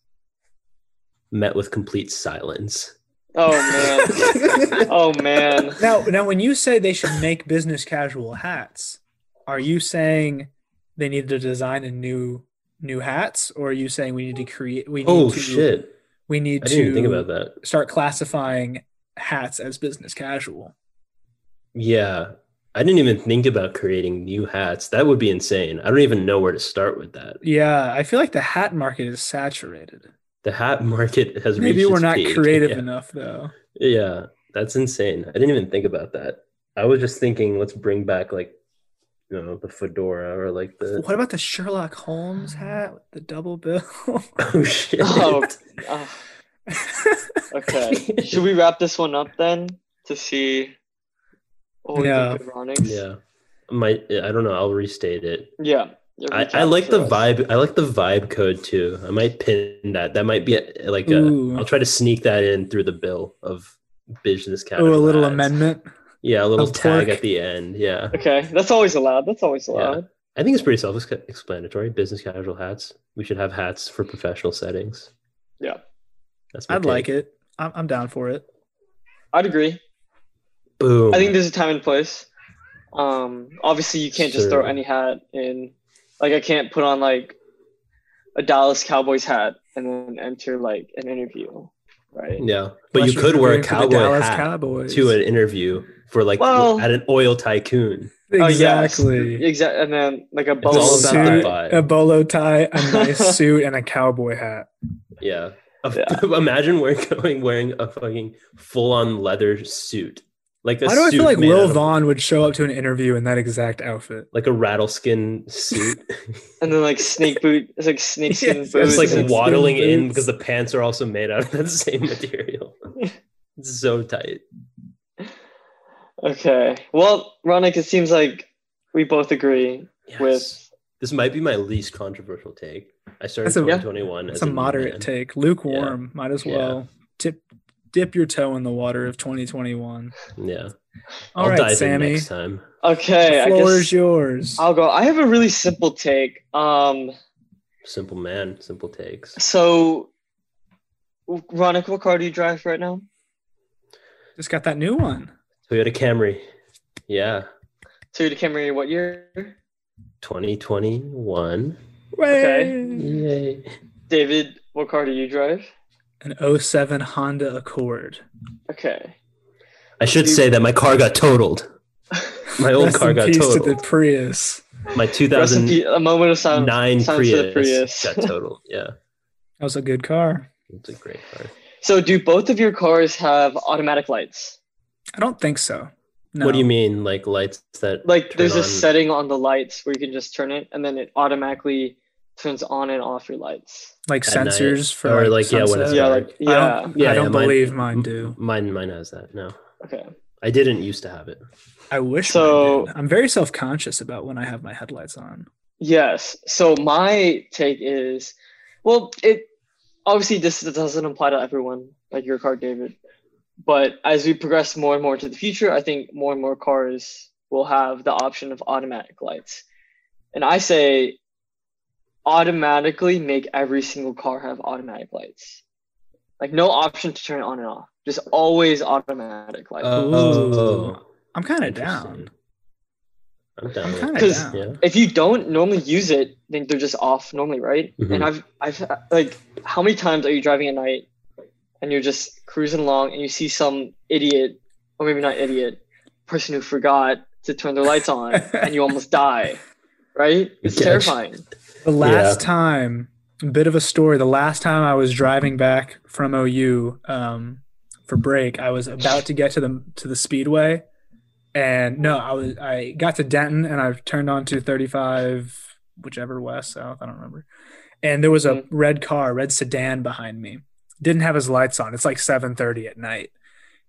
[SPEAKER 4] Met with complete silence.
[SPEAKER 5] Oh
[SPEAKER 4] (laughs)
[SPEAKER 5] man. oh man.
[SPEAKER 3] Now, now, when you say they should make business casual hats, are you saying they need to design a new new hats, or are you saying we need to create? We need
[SPEAKER 4] Oh
[SPEAKER 3] to,
[SPEAKER 4] shit!
[SPEAKER 3] We need
[SPEAKER 4] I
[SPEAKER 3] to
[SPEAKER 4] didn't even think about that.
[SPEAKER 3] start classifying hats as business casual.
[SPEAKER 4] Yeah, I didn't even think about creating new hats. That would be insane. I don't even know where to start with that.
[SPEAKER 3] Yeah, I feel like the hat market is saturated.
[SPEAKER 4] The hat (laughs) market has
[SPEAKER 3] Maybe
[SPEAKER 4] reached
[SPEAKER 3] we're
[SPEAKER 4] its
[SPEAKER 3] not
[SPEAKER 4] peak.
[SPEAKER 3] creative
[SPEAKER 4] Yeah.
[SPEAKER 3] enough though.
[SPEAKER 4] (laughs) Yeah, that's insane. I didn't even think about that. I was just thinking, let's bring back like, you know, the fedora or like the
[SPEAKER 3] What about the Sherlock Holmes hat with the double
[SPEAKER 4] (laughs)
[SPEAKER 3] bill?
[SPEAKER 4] oh
[SPEAKER 3] (laughs)
[SPEAKER 4] shit. (laughs)
[SPEAKER 5] Oh, oh, okay. Should we wrap this one up then to see? Oh,
[SPEAKER 3] Yeah.
[SPEAKER 5] yeah. Ironics.
[SPEAKER 4] yeah, my I don't know. I'll restate it.
[SPEAKER 5] Yeah. Yeah,
[SPEAKER 4] I,
[SPEAKER 5] reach
[SPEAKER 4] I
[SPEAKER 5] out
[SPEAKER 4] like
[SPEAKER 5] to
[SPEAKER 4] the
[SPEAKER 5] us.
[SPEAKER 4] vibe. I like the vibe code too. I might pin that. That might be a, like a.
[SPEAKER 3] Ooh.
[SPEAKER 4] will try to sneak that in through the bill of business casual.
[SPEAKER 3] oh, a little
[SPEAKER 4] ads.
[SPEAKER 3] amendment.
[SPEAKER 4] Yeah, a little
[SPEAKER 3] I'll
[SPEAKER 4] tag
[SPEAKER 3] twerk.
[SPEAKER 4] at the end. Yeah,
[SPEAKER 5] Okay, that's always allowed. That's always allowed.
[SPEAKER 4] I think it's pretty self-explanatory. Business casual hats. We should have hats for professional settings.
[SPEAKER 5] Yeah.
[SPEAKER 4] that's.
[SPEAKER 3] I'd like it. I'm, I'm down for it.
[SPEAKER 5] I'd agree.
[SPEAKER 4] Boom.
[SPEAKER 5] I think there's a time and place. Um, obviously you can't just throw
[SPEAKER 4] Sure.
[SPEAKER 5] any hat in. Like I can't put on like a Dallas Cowboys hat and then enter like an interview, right?
[SPEAKER 4] Yeah, but you
[SPEAKER 3] Unless you're
[SPEAKER 4] could wear a
[SPEAKER 3] rooting for the
[SPEAKER 4] cowboy
[SPEAKER 3] Dallas
[SPEAKER 4] hat
[SPEAKER 3] Cowboys.
[SPEAKER 4] to an interview for like
[SPEAKER 5] Well-
[SPEAKER 4] at an oil tycoon. Oh,
[SPEAKER 3] Exactly.
[SPEAKER 5] Exactly. And then like a
[SPEAKER 4] It's
[SPEAKER 5] bubble.
[SPEAKER 4] all about
[SPEAKER 3] suit,
[SPEAKER 4] the vibe.
[SPEAKER 3] a bolo tie, a
[SPEAKER 4] (laughs)
[SPEAKER 3] nice suit, and a cowboy hat.
[SPEAKER 4] Yeah.
[SPEAKER 5] Yeah.
[SPEAKER 4] (laughs) Imagine we're going wearing a fucking full-on leather suit, like a
[SPEAKER 3] Why do I
[SPEAKER 4] suit
[SPEAKER 3] feel like
[SPEAKER 4] made out
[SPEAKER 3] Will
[SPEAKER 4] of-
[SPEAKER 3] Vaughn would show up to an interview in that exact outfit?
[SPEAKER 4] like a rattleskin suit,
[SPEAKER 5] And then like snake boot. It's like
[SPEAKER 4] (laughs)
[SPEAKER 5] snake skin
[SPEAKER 3] Yes,
[SPEAKER 5] boots.
[SPEAKER 4] just like
[SPEAKER 3] Rattleskin
[SPEAKER 4] waddling in
[SPEAKER 3] boots.
[SPEAKER 4] because the pants are also made out of that (laughs) same material. it's so tight.
[SPEAKER 5] okay. Well, Ronick, it seems like we both agree
[SPEAKER 4] Yes.
[SPEAKER 5] with
[SPEAKER 4] this might be my least controversial take. I started
[SPEAKER 3] That's a-
[SPEAKER 4] 2021.
[SPEAKER 3] It's
[SPEAKER 4] as
[SPEAKER 3] a
[SPEAKER 4] new
[SPEAKER 3] moderate
[SPEAKER 4] man.
[SPEAKER 3] take, lukewarm. Might as
[SPEAKER 4] Yeah.
[SPEAKER 3] well tip dip your toe in the water of 2021.
[SPEAKER 4] Yeah,
[SPEAKER 3] All
[SPEAKER 4] I'll
[SPEAKER 3] right,
[SPEAKER 4] dive in
[SPEAKER 3] Sammy,
[SPEAKER 4] next time.
[SPEAKER 5] Okay,
[SPEAKER 3] the
[SPEAKER 5] I
[SPEAKER 3] floor
[SPEAKER 5] guess
[SPEAKER 3] is yours.
[SPEAKER 5] I'll go. I have a really simple take. Um
[SPEAKER 4] Simple man, simple takes.
[SPEAKER 5] so Ronick, what car do you drive right now?
[SPEAKER 3] Just got that new one.
[SPEAKER 4] Toyota Camry. Yeah,
[SPEAKER 5] Toyota Camry, what year?
[SPEAKER 4] 2021.
[SPEAKER 3] Way.
[SPEAKER 4] Yay.
[SPEAKER 5] David, what car do you drive?
[SPEAKER 3] An 07 Honda Accord.
[SPEAKER 5] Okay.
[SPEAKER 4] I should
[SPEAKER 5] Dude.
[SPEAKER 4] say that my car
[SPEAKER 3] (laughs)
[SPEAKER 4] got totaled. My old
[SPEAKER 3] Rest
[SPEAKER 4] car
[SPEAKER 3] in
[SPEAKER 4] got
[SPEAKER 3] peace to the
[SPEAKER 4] totaled.
[SPEAKER 3] Prius.
[SPEAKER 4] My
[SPEAKER 3] uh,
[SPEAKER 5] Rest in peace-
[SPEAKER 4] 2009
[SPEAKER 5] a moment of silence. silence for the
[SPEAKER 4] Prius,
[SPEAKER 5] Prius.
[SPEAKER 4] got
[SPEAKER 3] (laughs)
[SPEAKER 4] totaled. Yeah,
[SPEAKER 3] That was a good car.
[SPEAKER 4] it's a great car.
[SPEAKER 5] (laughs) So, do both of your cars have automatic lights?
[SPEAKER 3] I don't think so. No.
[SPEAKER 4] What do you mean, like lights that
[SPEAKER 5] Like,
[SPEAKER 4] turn
[SPEAKER 5] there's a
[SPEAKER 4] on?
[SPEAKER 5] setting on the lights where you can just turn it, and then it automatically turns on and off your lights.
[SPEAKER 3] Like
[SPEAKER 4] At night.
[SPEAKER 3] sensors for
[SPEAKER 4] Or,
[SPEAKER 3] like,
[SPEAKER 4] like, yeah, when
[SPEAKER 3] sunset?
[SPEAKER 4] it's
[SPEAKER 5] yeah,
[SPEAKER 4] dark.
[SPEAKER 5] like
[SPEAKER 3] I
[SPEAKER 5] yeah.
[SPEAKER 3] don't, I don't
[SPEAKER 4] mine-
[SPEAKER 3] believe mine do.
[SPEAKER 4] Mine, mine has that. No,
[SPEAKER 5] Okay.
[SPEAKER 4] I didn't used to have it.
[SPEAKER 3] I wish.
[SPEAKER 5] So-
[SPEAKER 3] mine did. I'm very self conscious about when I have my headlights on.
[SPEAKER 5] Yes. So my take is, well, it obviously this doesn't apply to everyone, like your car, David. but as we progress more and more to the future, I think more and more cars will have the option of automatic lights. And I say automatically make every single car have automatic lights. Like no option to turn it on and off. Just always automatic lights.
[SPEAKER 4] Oh,
[SPEAKER 3] Uh, I'm kind of
[SPEAKER 4] interesting.
[SPEAKER 3] down.
[SPEAKER 4] I'm
[SPEAKER 3] I'm
[SPEAKER 4] down.
[SPEAKER 3] kind of
[SPEAKER 5] 'Cause-
[SPEAKER 3] down.
[SPEAKER 4] yeah.
[SPEAKER 5] if you don't normally use it, then they're just off normally, right?
[SPEAKER 4] Mhm.
[SPEAKER 5] And I've I've like how many times are you driving at night and you're just cruising along and you see some idiot or maybe not idiot person who forgot to turn their lights on and you almost die, right? It's
[SPEAKER 4] Yeah.
[SPEAKER 5] terrifying.
[SPEAKER 3] The last time, a bit of a story. The last time I was driving back from OU um, for break, I was about to get to the to the speedway, and no, I was I got to Denton and I turned on to 35, whichever west south, I don't remember. And there was a
[SPEAKER 5] Mhm.
[SPEAKER 3] red car, red sedan behind me. Didn't have his lights on. It's like 7:30 at night,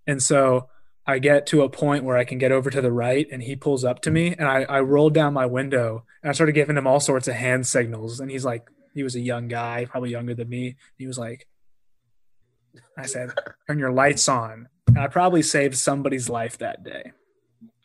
[SPEAKER 3] and so I get to a point where I can get over to the right and he pulls up to me and I, I rolled down my window and I started giving him all sorts of hand signals and he's like he was a young guy, probably younger than me. He was like I said, turn your lights on. And I probably saved somebody's life that day.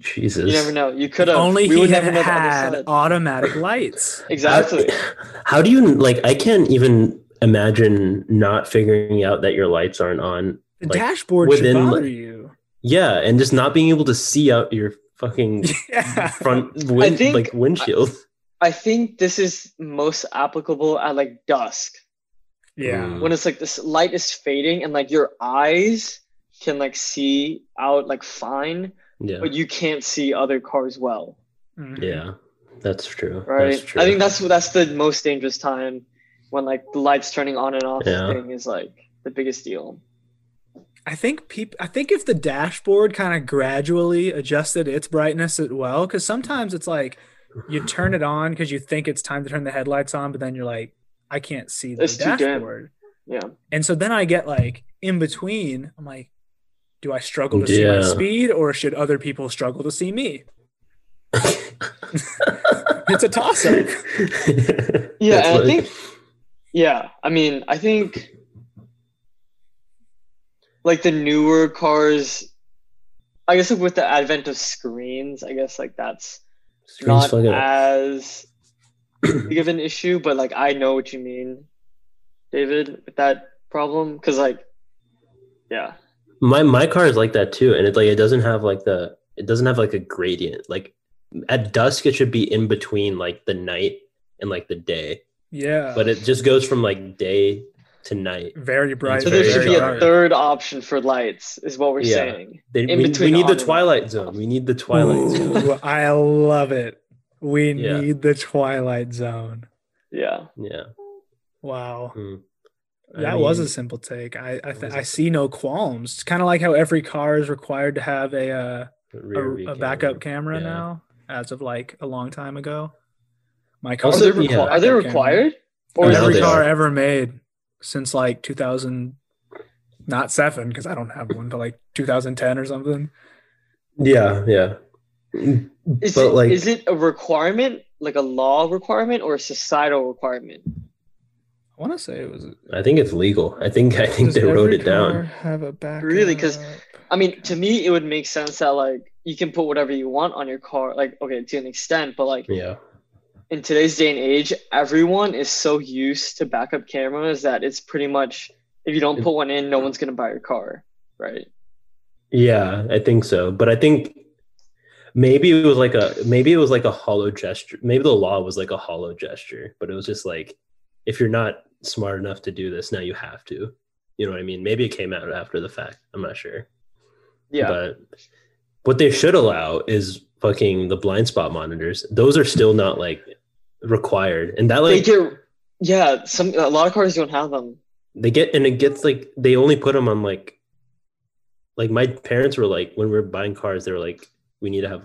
[SPEAKER 4] Jesus.
[SPEAKER 5] You never know. You could have
[SPEAKER 3] Only
[SPEAKER 5] we
[SPEAKER 3] he
[SPEAKER 5] would
[SPEAKER 3] had,
[SPEAKER 5] never know the other
[SPEAKER 3] had
[SPEAKER 5] side.
[SPEAKER 3] automatic lights.
[SPEAKER 5] Exactly.
[SPEAKER 4] How, how do you like? I can't even imagine not figuring out that your lights aren't on.
[SPEAKER 3] The
[SPEAKER 4] Like,
[SPEAKER 3] dashboard should
[SPEAKER 4] within,
[SPEAKER 3] bother
[SPEAKER 4] like-
[SPEAKER 3] you. (laughs)
[SPEAKER 4] Yeah, and just not being able to see out your fucking
[SPEAKER 3] (laughs) Yeah.
[SPEAKER 5] Mm.
[SPEAKER 4] front win-
[SPEAKER 5] think-
[SPEAKER 4] like windshield.
[SPEAKER 5] I think this is most applicable at like dusk.
[SPEAKER 3] Yeah.
[SPEAKER 5] when it's like this light is fading and like your eyes can like see out like fine,
[SPEAKER 4] Yeah,
[SPEAKER 5] but you can't see other cars well,
[SPEAKER 3] Mhm.
[SPEAKER 4] yeah, that's true.
[SPEAKER 5] right?
[SPEAKER 4] That's true.
[SPEAKER 5] I think (laughs)
[SPEAKER 4] (laughs)
[SPEAKER 5] that's that's the most dangerous time when like the lights turning on and off
[SPEAKER 4] Yeah.
[SPEAKER 5] thing is like the biggest deal.
[SPEAKER 3] I think peop- I think if the dashboard kind of gradually adjusted its brightness as well, because sometimes it's like you turn it on because you think it's time to turn the headlights on, but then you're like, I can't see the
[SPEAKER 5] It's too dim.
[SPEAKER 3] dashboard.
[SPEAKER 5] Yeah.
[SPEAKER 3] And so then I get like in between, I'm like, do I struggle to
[SPEAKER 4] Yeah.
[SPEAKER 3] see my speed or should other people struggle to see me? it's a toss
[SPEAKER 5] (laughs)
[SPEAKER 3] up.
[SPEAKER 5] Yeah, and
[SPEAKER 4] That's
[SPEAKER 5] I
[SPEAKER 4] like-
[SPEAKER 5] think yeah, I mean, I think like the newer cars I guess like with the advent of screens, I guess like that's not
[SPEAKER 4] Screen's fucking-
[SPEAKER 5] as (clears throat) big of an issue, but like I know what you mean, David, with that problem. Cause like, yeah,
[SPEAKER 4] my my car is like that too and it like it doesn't have like the it doesn't have like a gradient like at dusk it should be in between like the night and like the day
[SPEAKER 3] Yeah.
[SPEAKER 4] but it just goes from like day to night
[SPEAKER 3] very bright.
[SPEAKER 4] It's
[SPEAKER 5] so there
[SPEAKER 4] very
[SPEAKER 5] should be
[SPEAKER 4] dark.
[SPEAKER 5] a third option for lights, is what we're
[SPEAKER 4] Yeah.
[SPEAKER 5] saying.
[SPEAKER 4] They-
[SPEAKER 5] In
[SPEAKER 4] we,
[SPEAKER 5] between
[SPEAKER 4] we need the
[SPEAKER 5] on-
[SPEAKER 4] twilight zone we need
[SPEAKER 3] (laughs)
[SPEAKER 4] the twilight zone
[SPEAKER 3] Ooh, I love it. We
[SPEAKER 4] Yeah.
[SPEAKER 3] need the Twilight Zone.
[SPEAKER 5] Yeah,
[SPEAKER 4] yeah
[SPEAKER 3] Wow.
[SPEAKER 4] Hmm. I
[SPEAKER 3] That was
[SPEAKER 4] mean,
[SPEAKER 3] a simple take. I I,
[SPEAKER 4] that
[SPEAKER 3] th-
[SPEAKER 4] was
[SPEAKER 3] I
[SPEAKER 4] a-
[SPEAKER 3] see no qualms. It's kind of like how every car is required to have a uh, a,
[SPEAKER 4] rear view
[SPEAKER 3] a backup camera
[SPEAKER 4] Yeah.
[SPEAKER 3] now, as of like a long time ago. My car
[SPEAKER 5] are
[SPEAKER 4] Also,
[SPEAKER 5] they,
[SPEAKER 4] yeah.
[SPEAKER 5] requi- are they
[SPEAKER 3] Backup camera.
[SPEAKER 5] required? Or
[SPEAKER 4] Now
[SPEAKER 5] is
[SPEAKER 3] every
[SPEAKER 5] it
[SPEAKER 4] they
[SPEAKER 3] car
[SPEAKER 4] are.
[SPEAKER 3] ever made since like 2000, not seven because I don't have one, but like 2010 or something.
[SPEAKER 4] yeah yeah
[SPEAKER 5] is,
[SPEAKER 4] but
[SPEAKER 5] it,
[SPEAKER 4] like-
[SPEAKER 5] is it a requirement, like a law requirement or a societal requirement?
[SPEAKER 3] I want to say it was.
[SPEAKER 4] i think it's legal i think (laughs) i think they wrote it down
[SPEAKER 3] Have a backup.
[SPEAKER 5] Really? 'Cause I mean, to me, it would make sense that like you can put whatever you want on your car, like okay, to an extent, but like
[SPEAKER 4] yeah
[SPEAKER 5] in today's day and age, everyone is so used to backup cameras that it's pretty much if you don't put one in, no one's gonna buy your car, right?
[SPEAKER 4] Yeah, I think so. But I think maybe it was like a maybe it was like a hollow gesture. Maybe the law was like a hollow gesture, but it was just like if you're not smart enough to do this, now you have to. You know what I mean? Maybe it came out after the fact. I'm not sure.
[SPEAKER 5] Yeah,
[SPEAKER 4] But what they should allow is fucking the blind spot monitors. Those are still not like required. And that like
[SPEAKER 5] they get yeah. Some a lot of cars don't have them.
[SPEAKER 4] they get and it gets like they only put them on like like my parents were like when we were buying cars they were like we need to have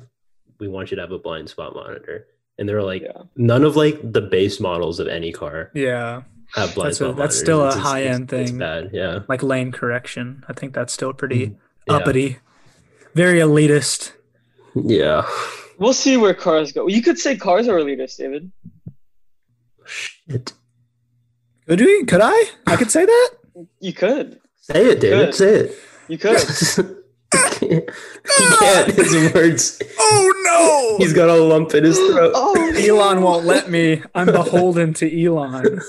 [SPEAKER 4] we want you to have a blind spot monitor and they were like
[SPEAKER 5] yeah,
[SPEAKER 4] none of like the base models of any car
[SPEAKER 3] yeah,
[SPEAKER 4] have blind
[SPEAKER 3] That's a-
[SPEAKER 4] spot
[SPEAKER 3] that's
[SPEAKER 4] monitors.
[SPEAKER 3] still a
[SPEAKER 4] It's- it's-
[SPEAKER 3] high-end
[SPEAKER 4] it's
[SPEAKER 3] thing.
[SPEAKER 4] bad yeah (laughs)
[SPEAKER 3] like lane correction. I think that's still pretty
[SPEAKER 4] Mm, Yeah.
[SPEAKER 3] uppity, very elitist.
[SPEAKER 4] yeah
[SPEAKER 5] we'll see where cars go. You could say cars are elitist, David.
[SPEAKER 4] Shit.
[SPEAKER 3] Could we? Could I? I could say that.
[SPEAKER 4] (laughs)
[SPEAKER 5] You could.
[SPEAKER 4] say it david
[SPEAKER 5] Good.
[SPEAKER 4] say it
[SPEAKER 5] You
[SPEAKER 4] (laughs)
[SPEAKER 5] could.
[SPEAKER 4] he (laughs) can't. His words.
[SPEAKER 6] Oh
[SPEAKER 4] He's got a lump in his throat.
[SPEAKER 5] (laughs) oh,
[SPEAKER 4] (laughs)
[SPEAKER 3] Elon won't let me. I'm beholden to Elon.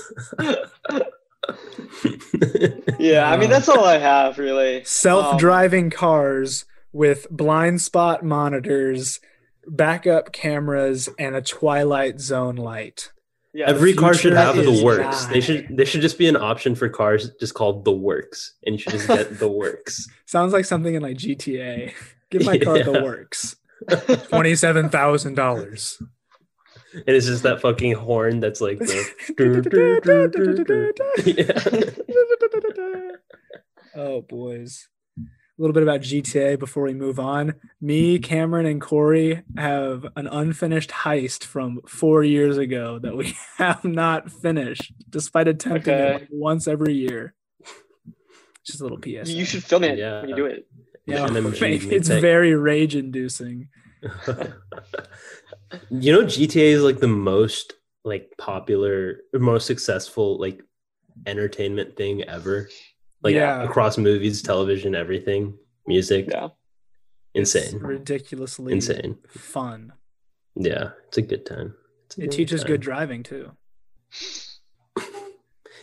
[SPEAKER 5] Yeah, I mean that's all I have really.
[SPEAKER 3] Self-driving cars with blind spot monitors, backup cameras, and a twilight zone light.
[SPEAKER 5] Yeah,
[SPEAKER 4] Every car should
[SPEAKER 3] future
[SPEAKER 4] have the
[SPEAKER 3] is
[SPEAKER 4] works. They
[SPEAKER 3] nigh.
[SPEAKER 4] should. They should just be an option for cars, just called the works, and you should just get the works.
[SPEAKER 3] Sounds like something in like GTA. Give my car the
[SPEAKER 4] Yeah.
[SPEAKER 3] works. Twenty-seven thousand dollars.
[SPEAKER 4] And it's just that fucking horn (laughs) that's
[SPEAKER 3] (laughs)
[SPEAKER 4] like the. (laughs) Yeah.
[SPEAKER 3] (laughs) oh boys a little bit about gta before we move on me cameron and corey have an unfinished heist from four years ago that we (laughs) have not finished despite attempting
[SPEAKER 5] Okay.
[SPEAKER 3] it like once every year just a little ps
[SPEAKER 5] You should film it
[SPEAKER 4] Yeah.
[SPEAKER 5] when you do it.
[SPEAKER 3] yeah, (laughs)
[SPEAKER 4] NMG
[SPEAKER 3] it's
[SPEAKER 4] mixtape.
[SPEAKER 3] very rage inducing
[SPEAKER 4] you know GTA is like the most like popular or most successful like entertainment thing ever. Like
[SPEAKER 3] Yeah.
[SPEAKER 4] across movies, television, everything, music.
[SPEAKER 5] Yeah.
[SPEAKER 4] Insane.
[SPEAKER 3] ridiculously
[SPEAKER 4] Insane.
[SPEAKER 3] fun
[SPEAKER 4] Yeah. It's a good time. It's a
[SPEAKER 3] it teaches
[SPEAKER 4] time.
[SPEAKER 3] good driving too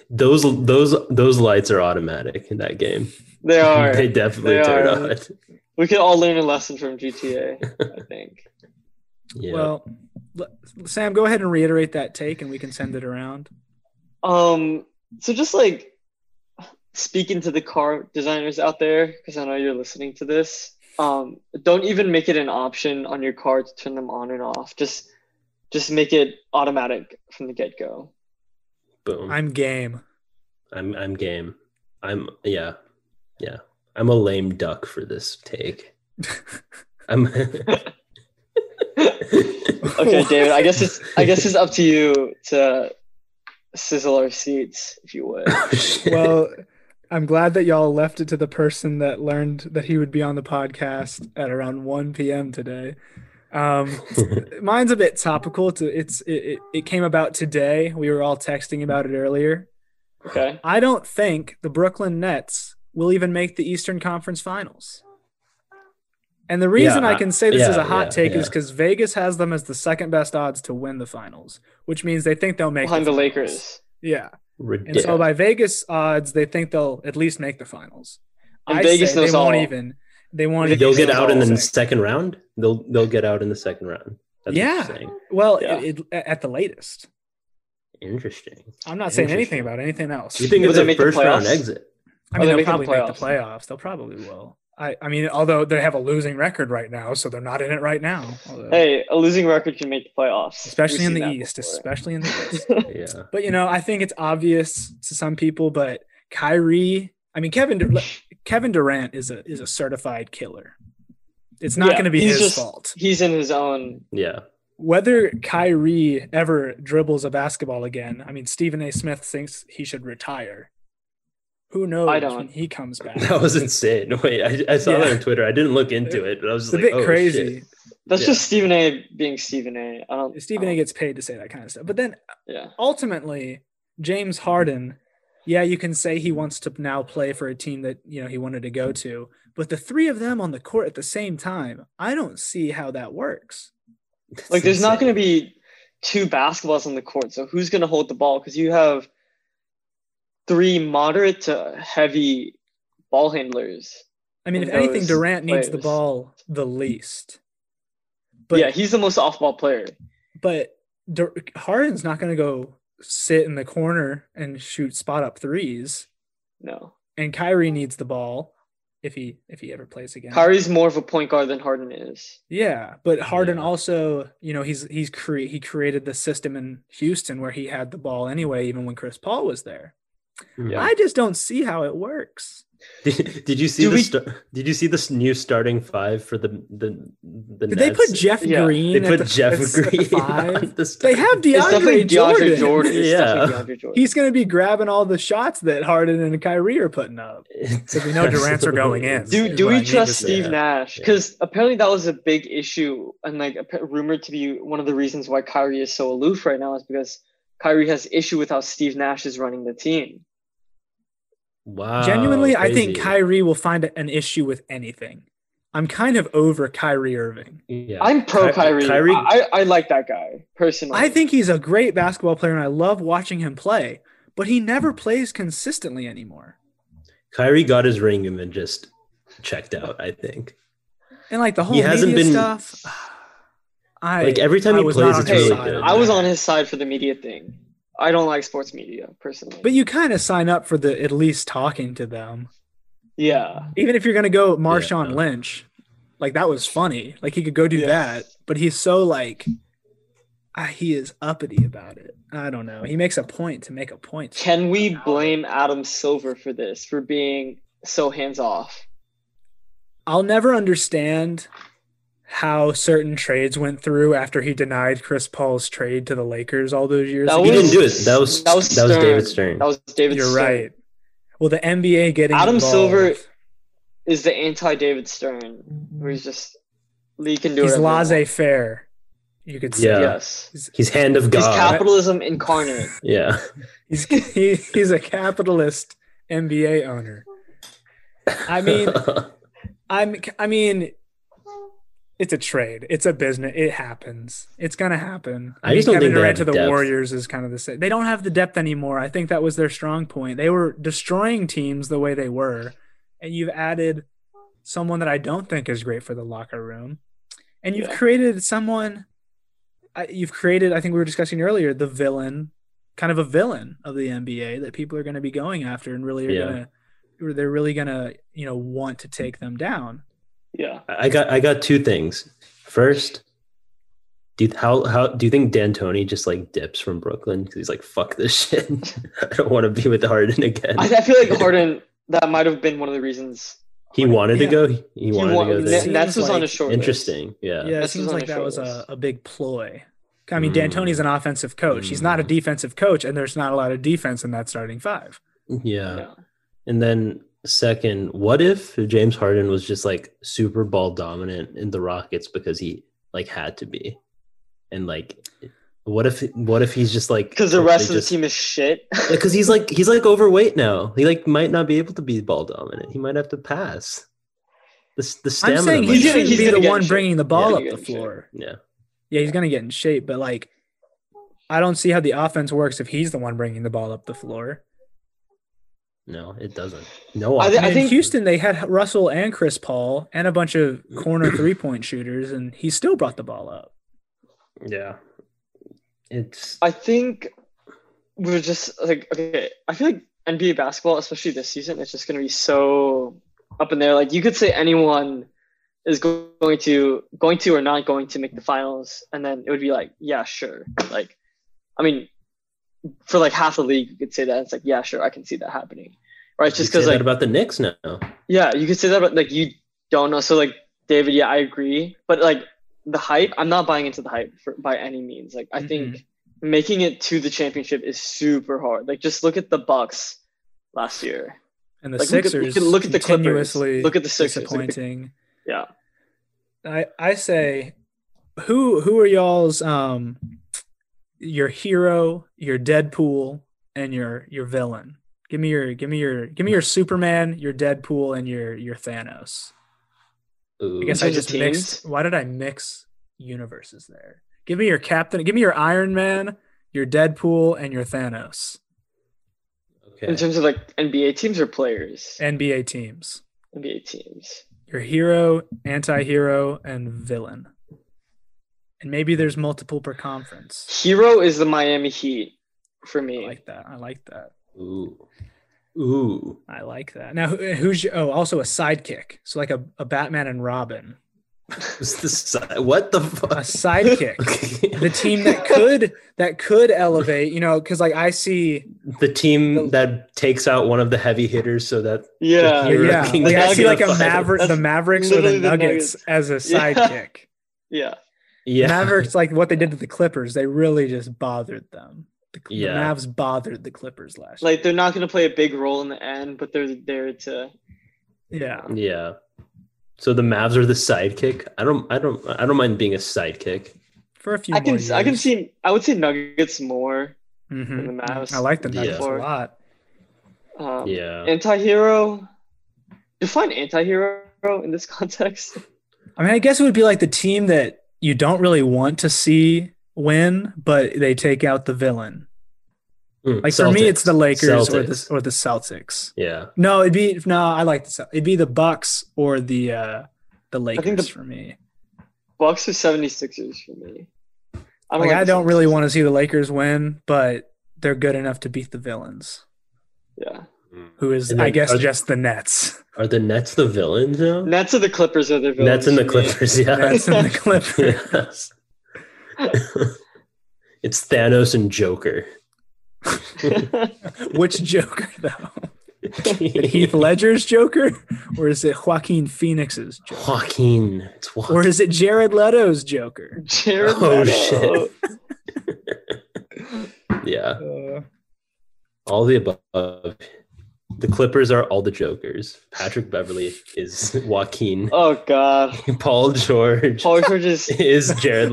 [SPEAKER 4] Those those those lights are automatic in that game.
[SPEAKER 5] They are.
[SPEAKER 4] (laughs) They definitely
[SPEAKER 5] They
[SPEAKER 4] turn
[SPEAKER 5] are.
[SPEAKER 4] on. (laughs)
[SPEAKER 5] we could all learn a lesson from GTA, I think.
[SPEAKER 4] Yeah.
[SPEAKER 3] well l- sam go ahead and reiterate that take and we can send it around
[SPEAKER 5] Um so just like speaking to the car designers out there because I know you're listening to this. Um don't even make it an option on your car to turn them on and off. Just just make it automatic from the get-go.
[SPEAKER 4] Boom. I'm
[SPEAKER 3] i'm game
[SPEAKER 4] I'm I'm game. I'm yeah. Yeah. I'm a lame duck for this
[SPEAKER 3] (laughs)
[SPEAKER 4] take. I'm (laughs)
[SPEAKER 5] Okay, David, I guess it's I guess it's up
[SPEAKER 3] (laughs)
[SPEAKER 5] to you to sizzle our seats if you would.
[SPEAKER 4] (laughs)
[SPEAKER 3] well, I'm glad that y'all left it to the person that learned that he would be on the podcast at around 1 p.m. today.
[SPEAKER 4] (laughs)
[SPEAKER 3] Um, mine's a bit topical. To, it's it, it, it came about today. We were all texting about it earlier.
[SPEAKER 5] Okay.
[SPEAKER 3] I don't think the Brooklyn Nets will even make the Eastern Conference Finals. And the reason
[SPEAKER 4] Yeah,
[SPEAKER 3] I can say this
[SPEAKER 4] yeah,
[SPEAKER 3] is a hot
[SPEAKER 4] yeah,
[SPEAKER 3] take is
[SPEAKER 4] yeah.
[SPEAKER 3] because Vegas has them as the second best odds to win the finals, which means they think they'll make
[SPEAKER 5] Behind the
[SPEAKER 3] finals.
[SPEAKER 5] Lakers.
[SPEAKER 3] Yeah. And
[SPEAKER 4] ridiculous.
[SPEAKER 3] so by Vegas odds, they think they'll at least make the finals.
[SPEAKER 5] And Vegas
[SPEAKER 3] say
[SPEAKER 5] knows
[SPEAKER 3] they won't
[SPEAKER 5] all.
[SPEAKER 3] even. They won't even.
[SPEAKER 4] they'll get out in the
[SPEAKER 3] Second.
[SPEAKER 4] second round. They'll they'll get out in the second round. That's
[SPEAKER 3] Yeah.
[SPEAKER 4] what you're saying.
[SPEAKER 3] Well,
[SPEAKER 5] Yeah.
[SPEAKER 3] it, it- at the latest.
[SPEAKER 4] Interesting.
[SPEAKER 3] I'm not saying anything
[SPEAKER 4] Interesting.
[SPEAKER 3] about anything else.
[SPEAKER 4] You think
[SPEAKER 5] Will
[SPEAKER 4] it's
[SPEAKER 5] they
[SPEAKER 4] a
[SPEAKER 5] make the
[SPEAKER 4] first round
[SPEAKER 5] playoffs?
[SPEAKER 4] exit?
[SPEAKER 3] I mean,
[SPEAKER 5] Are they
[SPEAKER 3] they'll
[SPEAKER 5] making the
[SPEAKER 3] probably make the playoffs. They'll probably will. I, I mean, although they have a losing record right now, so they're not in it right now. although-
[SPEAKER 5] Hey, a losing record can make the playoffs.
[SPEAKER 3] especially
[SPEAKER 5] We've
[SPEAKER 3] in
[SPEAKER 5] seen
[SPEAKER 3] the
[SPEAKER 5] that
[SPEAKER 3] East,
[SPEAKER 5] before.
[SPEAKER 3] especially in
[SPEAKER 5] (laughs)
[SPEAKER 3] the East.
[SPEAKER 4] Yeah.
[SPEAKER 3] But you know, I think it's obvious to some people, but Kyrie, I mean Kevin Dur- Kevin Durant is a is a certified killer. It's not
[SPEAKER 5] Yeah,
[SPEAKER 3] going to be
[SPEAKER 5] he's
[SPEAKER 3] his
[SPEAKER 5] just-
[SPEAKER 3] fault.
[SPEAKER 5] He's in his own.
[SPEAKER 4] Yeah. (laughs)
[SPEAKER 3] Whether Kyrie ever dribbles a basketball again, I mean Stephen A Smith thinks he should retire. Who knows when
[SPEAKER 5] don't.
[SPEAKER 3] he comes back.
[SPEAKER 4] (laughs) That was insane. (laughs) Wait, I, I saw that
[SPEAKER 3] Yeah.
[SPEAKER 4] on Twitter. I didn't look into it, but I was
[SPEAKER 3] it's
[SPEAKER 4] just
[SPEAKER 3] a
[SPEAKER 4] like,
[SPEAKER 3] bit
[SPEAKER 4] oh,
[SPEAKER 3] crazy.
[SPEAKER 4] shit.
[SPEAKER 5] That's
[SPEAKER 4] Yeah.
[SPEAKER 5] just Stephen A. being Stephen A. I don't.
[SPEAKER 3] Stephen A
[SPEAKER 5] I don't-
[SPEAKER 3] gets paid to say that kind of stuff. But then
[SPEAKER 5] Yeah.
[SPEAKER 3] ultimately, James Harden, yeah, you can say he wants to now play for a team that you know he wanted to go to, but the three of them on the court at the same time, I don't see how that works.
[SPEAKER 4] (laughs) That's
[SPEAKER 5] Like, there's not
[SPEAKER 4] insane.
[SPEAKER 5] going to be two basketballs on the court, so who's going to hold the ball? Because you have three moderate to heavy ball handlers.
[SPEAKER 3] I mean, if
[SPEAKER 5] And
[SPEAKER 3] anything,
[SPEAKER 5] those
[SPEAKER 3] Durant needs the
[SPEAKER 5] players.
[SPEAKER 3] ball the least.
[SPEAKER 5] But
[SPEAKER 3] But
[SPEAKER 5] yeah, he's the most off-ball player.
[SPEAKER 3] but Dur- Harden's not going to go sit in the corner and shoot spot up threes,
[SPEAKER 5] No,
[SPEAKER 3] and Kyrie needs the ball if he if he ever plays again.
[SPEAKER 5] Kyrie's more of a point guard than Harden is.
[SPEAKER 3] Yeah, but Harden
[SPEAKER 4] Yeah.
[SPEAKER 3] also, you know, he's he's cre- he created the system in Houston where he had the ball anyway, even when Chris Paul was there.
[SPEAKER 4] Yeah.
[SPEAKER 3] I just don't see how it works.
[SPEAKER 4] Did, did you see
[SPEAKER 5] Do
[SPEAKER 4] the
[SPEAKER 5] we-
[SPEAKER 4] star- Did you see this new starting five for the the the
[SPEAKER 3] Did
[SPEAKER 4] Nets?
[SPEAKER 3] they put Jeff
[SPEAKER 5] Yeah.
[SPEAKER 3] Green? at
[SPEAKER 4] They put
[SPEAKER 3] the- (laughs)
[SPEAKER 4] Jeff
[SPEAKER 3] at s- at the
[SPEAKER 4] Green.
[SPEAKER 3] five?
[SPEAKER 4] (laughs) on the
[SPEAKER 3] They have
[SPEAKER 5] It's
[SPEAKER 3] DeAndre
[SPEAKER 5] definitely
[SPEAKER 3] Jordan.
[SPEAKER 5] DeAndre Jordan. It's
[SPEAKER 4] Yeah.
[SPEAKER 5] definitely DeAndre Jordan.
[SPEAKER 3] He's going to be grabbing all the shots that Harden and Kyrie are putting up.
[SPEAKER 4] (laughs) Because
[SPEAKER 3] we know Durant's are going in.
[SPEAKER 4] Dude,
[SPEAKER 5] Do,
[SPEAKER 3] is
[SPEAKER 5] do
[SPEAKER 3] what I
[SPEAKER 5] we
[SPEAKER 3] need to
[SPEAKER 5] trust
[SPEAKER 4] say.
[SPEAKER 5] Steve
[SPEAKER 4] Yeah.
[SPEAKER 5] Nash?
[SPEAKER 4] Yeah.
[SPEAKER 5] Because apparently that was a big issue and like appa- rumored to be one of the reasons why Kyrie is so aloof right now is because Kyrie has issue with how Steve Nash is running the team.
[SPEAKER 4] Wow.
[SPEAKER 3] Genuinely, I think
[SPEAKER 4] Oh, crazy.
[SPEAKER 3] Kyrie will find an issue with anything. I'm kind of over Kyrie Irving.
[SPEAKER 4] Yeah.
[SPEAKER 5] I'm pro
[SPEAKER 4] Ky-
[SPEAKER 5] Kyrie.
[SPEAKER 4] Kyrie-
[SPEAKER 5] I, I I like that guy personally.
[SPEAKER 3] I think he's a great basketball player and I love watching him play, but he never plays consistently anymore.
[SPEAKER 4] Kyrie got his ring and then just checked out. I think.
[SPEAKER 3] And like the whole
[SPEAKER 4] He hasn't
[SPEAKER 3] media
[SPEAKER 4] been-
[SPEAKER 3] stuff. (sighs) I
[SPEAKER 4] Like every time
[SPEAKER 3] I
[SPEAKER 4] he
[SPEAKER 3] was
[SPEAKER 4] plays,
[SPEAKER 3] not
[SPEAKER 4] it's
[SPEAKER 3] on his
[SPEAKER 4] really
[SPEAKER 3] side.
[SPEAKER 4] good.
[SPEAKER 5] I was on his side for the media thing. I don't like sports media personally.
[SPEAKER 3] but you kind of sign up for the at least talking to them.
[SPEAKER 5] yeah,
[SPEAKER 3] Even if you're gonna go Marshawn
[SPEAKER 4] Yeah.
[SPEAKER 3] Lynch, like that was funny. Like he could go do
[SPEAKER 5] Yeah.
[SPEAKER 3] that, but he's so like ah, he is uppity about it. I don't know. He makes a point to make a point.
[SPEAKER 5] can we blame Adam Silver for this for being so hands off?
[SPEAKER 3] I'll never understand how certain trades went through after he denied Chris Paul's trade to the Lakers all those years
[SPEAKER 5] That
[SPEAKER 3] ago.
[SPEAKER 4] He
[SPEAKER 5] was-
[SPEAKER 4] didn't do it. That was that was, David Stern.
[SPEAKER 5] That was David.
[SPEAKER 3] You're
[SPEAKER 5] Stern.
[SPEAKER 3] right. Well, the NBA getting
[SPEAKER 5] Adam
[SPEAKER 3] involved,
[SPEAKER 5] Silver Is the anti David Stern, where he's just Lee can do
[SPEAKER 3] He's
[SPEAKER 5] whatever he wants.
[SPEAKER 3] laissez faire. You could say
[SPEAKER 4] Yeah.
[SPEAKER 5] Yes,
[SPEAKER 4] He's hand of
[SPEAKER 5] he's
[SPEAKER 4] God.
[SPEAKER 5] capitalism
[SPEAKER 3] (laughs)
[SPEAKER 5] incarnate.
[SPEAKER 4] yeah.
[SPEAKER 3] he's he, he's a capitalist NBA owner. I mean,
[SPEAKER 4] (laughs)
[SPEAKER 3] I'm I mean, it's a trade. It's a business. It happens. It's gonna happen.
[SPEAKER 4] I just don't
[SPEAKER 3] Kevin
[SPEAKER 4] think they
[SPEAKER 3] Durant to
[SPEAKER 4] have
[SPEAKER 3] the
[SPEAKER 4] depth.
[SPEAKER 3] Warriors is kind of the same. They don't have the depth anymore. I think that was their strong point. They were destroying teams the way they were, and you've added someone that I don't think is great for the locker room, and you've
[SPEAKER 5] Yeah.
[SPEAKER 3] created someone. I- You've created. I think we were discussing earlier the villain, kind of a villain of the NBA that people are going to be going after and really are
[SPEAKER 4] Yeah.
[SPEAKER 3] gonna. They're really gonna, you know, want to take them down.
[SPEAKER 5] Yeah,
[SPEAKER 4] I got I got two things. First, do you, how how do you think D'Antoni just like dips from Brooklyn because he's like fuck this shit. (laughs) I don't want to be with Harden again.
[SPEAKER 5] I, I feel like Harden. That might have been one of the reasons
[SPEAKER 4] he wanted
[SPEAKER 3] Yeah.
[SPEAKER 4] to go. He, he
[SPEAKER 5] he
[SPEAKER 4] wanted
[SPEAKER 5] wa-
[SPEAKER 4] to go
[SPEAKER 5] Ne-
[SPEAKER 4] there.
[SPEAKER 3] Seems
[SPEAKER 5] Nets was on
[SPEAKER 3] like-
[SPEAKER 5] his short list.
[SPEAKER 4] Interesting. Yeah.
[SPEAKER 3] Yeah, it
[SPEAKER 5] This
[SPEAKER 3] seems
[SPEAKER 5] was on
[SPEAKER 3] like
[SPEAKER 5] the
[SPEAKER 3] that
[SPEAKER 5] short
[SPEAKER 3] was a,
[SPEAKER 5] list.
[SPEAKER 3] a big ploy. I mean,
[SPEAKER 4] Mm.
[SPEAKER 3] D'Antoni's an offensive coach. He's not a
[SPEAKER 4] Mm.
[SPEAKER 3] defensive coach, and there's not a lot of defense in that starting five.
[SPEAKER 4] yeah.
[SPEAKER 5] Yeah.
[SPEAKER 4] And then second, what if James Harden was just like super ball dominant in the Rockets because he like had to be, and like, what if what if he's just like
[SPEAKER 5] because the rest
[SPEAKER 4] totally
[SPEAKER 5] of the
[SPEAKER 4] just-
[SPEAKER 5] team is shit.
[SPEAKER 4] because he's like he's like overweight now. He like might not be able to be ball dominant. He might have to pass. The s- the stamina.
[SPEAKER 3] I'm saying
[SPEAKER 4] might
[SPEAKER 3] he
[SPEAKER 5] He's gonna-
[SPEAKER 4] not
[SPEAKER 3] shouldn't
[SPEAKER 4] be-
[SPEAKER 5] he's
[SPEAKER 3] be
[SPEAKER 5] gonna
[SPEAKER 3] the
[SPEAKER 5] get in
[SPEAKER 3] one
[SPEAKER 5] shape.
[SPEAKER 3] bringing the ball
[SPEAKER 5] gonna
[SPEAKER 3] up
[SPEAKER 5] get
[SPEAKER 3] the
[SPEAKER 5] in shape.
[SPEAKER 3] floor.
[SPEAKER 4] Yeah,
[SPEAKER 3] Yeah, he's gonna get in shape, but like, I don't see how the offense works if he's the one bringing the ball up the floor.
[SPEAKER 4] no, it doesn't. No,
[SPEAKER 5] I thi-
[SPEAKER 3] I,
[SPEAKER 5] I
[SPEAKER 4] offense.
[SPEAKER 3] mean,
[SPEAKER 5] think-
[SPEAKER 3] Houston they had Russell and Chris Paul and a bunch of corner three point shooters, and he still brought the ball up.
[SPEAKER 4] Yeah, it's
[SPEAKER 5] I think we're just like okay. I feel like NBA basketball, especially this season, it's just gonna be so up in there. Like you could say anyone is go- going to going to or not going to make the finals, and then it would be like, yeah, sure. Like, I mean, for like half the league, you could say that. It's like, yeah, sure, I can see that happening. Right?
[SPEAKER 4] you
[SPEAKER 5] Just because
[SPEAKER 4] say that
[SPEAKER 5] like
[SPEAKER 4] about the Knicks now.
[SPEAKER 5] Yeah, you could say that, but like you don't know. So like David, yeah, I agree, but like the hype, I'm not buying into the hype for, by any means. Like I think
[SPEAKER 3] Mm-hmm.
[SPEAKER 5] making it to the championship is super hard. Like just look at the Bucks last year.
[SPEAKER 3] And the
[SPEAKER 5] Like, look at-
[SPEAKER 3] Sixers
[SPEAKER 5] look at- look at the Clippers.
[SPEAKER 3] continuously
[SPEAKER 5] Look at the Sixers. Look at the-
[SPEAKER 3] disappointing.
[SPEAKER 5] Yeah.
[SPEAKER 3] I I say, who who are y'all's um, your hero, your Deadpool, and your your villain? Give me your give me your give me your Superman, your Deadpool, and your your Thanos.
[SPEAKER 4] Ooh.
[SPEAKER 3] I guess
[SPEAKER 5] Those
[SPEAKER 3] I
[SPEAKER 5] are
[SPEAKER 3] just
[SPEAKER 5] teams?
[SPEAKER 3] mixed. Why did I mix universes there? Give me your Captain. Give me your Iron Man, your Deadpool, and your Thanos.
[SPEAKER 5] In
[SPEAKER 4] okay.
[SPEAKER 5] terms of like NBA teams or players,
[SPEAKER 3] NBA teams.
[SPEAKER 5] NBA teams.
[SPEAKER 3] your hero, anti-hero, and villain. And maybe there's multiple per conference.
[SPEAKER 5] Hero is the Miami Heat for
[SPEAKER 3] I
[SPEAKER 5] me.
[SPEAKER 3] like that. I like that.
[SPEAKER 4] Ooh, ooh, (laughs)
[SPEAKER 3] I like that. Now, who- who's your, oh, also a sidekick? So like a, a Batman and Robin,
[SPEAKER 4] What's the si- what the
[SPEAKER 3] a
[SPEAKER 4] fuck?
[SPEAKER 3] sidekick, the team that could that could elevate. You know, because like I see,
[SPEAKER 4] (laughs) the team that takes out one of the heavy hitters so that
[SPEAKER 5] yeah,
[SPEAKER 4] You're
[SPEAKER 3] yeah,
[SPEAKER 4] looking
[SPEAKER 3] like I
[SPEAKER 5] at
[SPEAKER 3] see like a
[SPEAKER 4] the-
[SPEAKER 3] Maverick, the
[SPEAKER 5] That's
[SPEAKER 3] Mavericks or the
[SPEAKER 5] literally the
[SPEAKER 3] Nuggets as a
[SPEAKER 5] Yeah.
[SPEAKER 3] sidekick.
[SPEAKER 5] yeah.
[SPEAKER 4] yeah
[SPEAKER 3] Mavericks like what they did to the Clippers. They really just bothered them. The, the
[SPEAKER 4] Yeah.
[SPEAKER 3] Mavs bothered the Clippers last.
[SPEAKER 5] Like they're not gonna play a big role in the end, but they're there to.
[SPEAKER 3] year. yeah.
[SPEAKER 4] Yeah. So the Mavs are the sidekick. I don't. I don't. I don't mind being a sidekick.
[SPEAKER 3] for a few.
[SPEAKER 5] I can
[SPEAKER 3] more years.
[SPEAKER 5] I can see I would say Nuggets more
[SPEAKER 3] Mhm.
[SPEAKER 5] than the Mavs.
[SPEAKER 3] I like the
[SPEAKER 4] Yeah.
[SPEAKER 3] Nuggets a lot.
[SPEAKER 5] Um,
[SPEAKER 4] Yeah.
[SPEAKER 5] Anti-hero. Define anti-hero in this (laughs) context.
[SPEAKER 3] I mean, I guess it would be like the team that you don't really want to see win, but they take out the villain.
[SPEAKER 4] Mm,
[SPEAKER 3] Like for me, it's the
[SPEAKER 4] Celtics.
[SPEAKER 3] Lakers or the
[SPEAKER 4] Celtics.
[SPEAKER 3] or the Celtics.
[SPEAKER 4] Yeah.
[SPEAKER 3] No, it'd be no. I like the Cel- it'd be the Bucks or the uh, the Lakers
[SPEAKER 5] the-
[SPEAKER 3] for me.
[SPEAKER 5] Bucks or 76ers for me. I
[SPEAKER 3] Like, I
[SPEAKER 5] the
[SPEAKER 3] don't really
[SPEAKER 5] Celtics.
[SPEAKER 3] want to see the Lakers win, but they're good enough to beat the villains,
[SPEAKER 5] Yeah.
[SPEAKER 3] who is
[SPEAKER 4] And
[SPEAKER 3] I
[SPEAKER 4] then
[SPEAKER 3] guess
[SPEAKER 4] are-
[SPEAKER 3] just the
[SPEAKER 4] (laughs)
[SPEAKER 3] Nets.
[SPEAKER 4] Hmm. Are the Nets the villains now?
[SPEAKER 5] Nets or the Clippers are their villains.
[SPEAKER 4] Nets and the
[SPEAKER 5] for me.
[SPEAKER 4] Clippers. Yeah.
[SPEAKER 3] Nets
[SPEAKER 4] (laughs)
[SPEAKER 3] and the Clippers.
[SPEAKER 4] Yes. (laughs) it's Thanos and Joker.
[SPEAKER 3] Which Joker though? (laughs) Heath Ledger's Joker, or is it Joaquin Phoenix's Joker,
[SPEAKER 4] Joaquin. It's Joaquin.
[SPEAKER 3] or is it Jared Leto's Joker?
[SPEAKER 5] (laughs) Jared
[SPEAKER 4] Oh,
[SPEAKER 5] Leto.
[SPEAKER 4] yeah.
[SPEAKER 3] Uh,
[SPEAKER 4] All the above. The Clippers are all the Jokers. Patrick Beverly is Joaquin. (laughs)
[SPEAKER 5] Oh God.
[SPEAKER 4] Paul George
[SPEAKER 5] Paul
[SPEAKER 3] (laughs)
[SPEAKER 5] George is
[SPEAKER 4] is Jared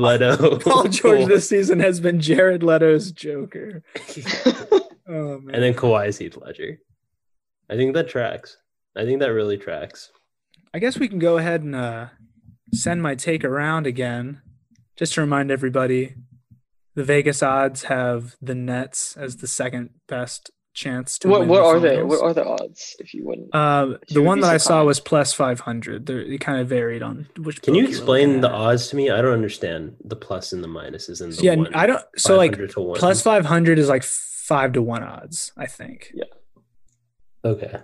[SPEAKER 5] (laughs)
[SPEAKER 4] Leto.
[SPEAKER 3] Paul George this season has been Jared Leto's Joker. Oh man,
[SPEAKER 4] and then Kawhi is Heath Ledger. I think that tracks. I think that really tracks.
[SPEAKER 3] I guess we can go ahead and uh, send my take around again, just to remind everybody. The Vegas odds have the Nets as the second best chance to
[SPEAKER 5] what?
[SPEAKER 3] win
[SPEAKER 5] What
[SPEAKER 3] the
[SPEAKER 5] are they?
[SPEAKER 3] finals.
[SPEAKER 5] What are the odds if you wouldn't?
[SPEAKER 3] Uh,
[SPEAKER 5] Should
[SPEAKER 3] the
[SPEAKER 5] we
[SPEAKER 3] one
[SPEAKER 5] be
[SPEAKER 3] that I
[SPEAKER 5] so
[SPEAKER 3] saw
[SPEAKER 5] kind?
[SPEAKER 3] was plus five hundred. It kind of varied on which.
[SPEAKER 4] Can you
[SPEAKER 3] book were
[SPEAKER 4] explain
[SPEAKER 3] looking
[SPEAKER 4] the
[SPEAKER 3] at.
[SPEAKER 4] odds to me? I don't understand the plus and the minuses and the
[SPEAKER 3] Yeah,
[SPEAKER 4] one.
[SPEAKER 3] I don't. So like
[SPEAKER 4] 500 to one.
[SPEAKER 3] plus five hundred is like five to one odds. I think.
[SPEAKER 4] Okay.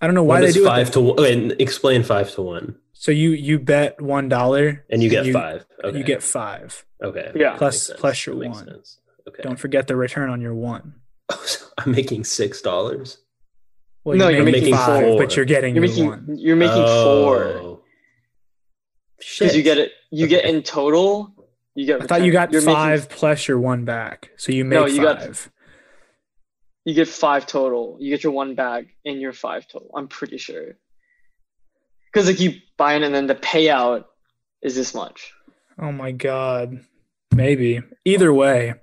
[SPEAKER 3] I don't know why
[SPEAKER 4] What
[SPEAKER 3] they
[SPEAKER 4] is
[SPEAKER 3] do
[SPEAKER 4] five
[SPEAKER 3] it.
[SPEAKER 4] to one? Okay, explain five to one,
[SPEAKER 3] So you you bet one dollar
[SPEAKER 4] and you get five. Okay.
[SPEAKER 3] You get five.
[SPEAKER 4] okay.
[SPEAKER 5] Yeah.
[SPEAKER 4] that
[SPEAKER 3] Plus-
[SPEAKER 4] makes sense.
[SPEAKER 3] plus your
[SPEAKER 4] That makes
[SPEAKER 3] one.
[SPEAKER 4] sense. Okay. (laughs) Oh,
[SPEAKER 3] Don't forget the return on your one.
[SPEAKER 4] I'm making six dollars.
[SPEAKER 3] Well,
[SPEAKER 5] No,
[SPEAKER 3] you're,
[SPEAKER 5] you're
[SPEAKER 3] making,
[SPEAKER 5] making
[SPEAKER 3] five,
[SPEAKER 4] four.
[SPEAKER 3] but you're getting
[SPEAKER 5] You're
[SPEAKER 3] your
[SPEAKER 5] making
[SPEAKER 3] one.
[SPEAKER 5] you're making
[SPEAKER 4] Oh.
[SPEAKER 5] four
[SPEAKER 4] Shit.
[SPEAKER 5] because you get it. You get
[SPEAKER 4] Okay.
[SPEAKER 5] in total. You get.
[SPEAKER 3] I thought you got
[SPEAKER 5] you're making-
[SPEAKER 3] five plus your one back, so you make
[SPEAKER 5] No, you got-
[SPEAKER 3] five.
[SPEAKER 5] you get five total. You get your one back and your five total. I'm pretty sure. Because like you buy in and then the payout is this
[SPEAKER 4] (laughs)
[SPEAKER 5] much.
[SPEAKER 3] Oh my god, maybe. Either way,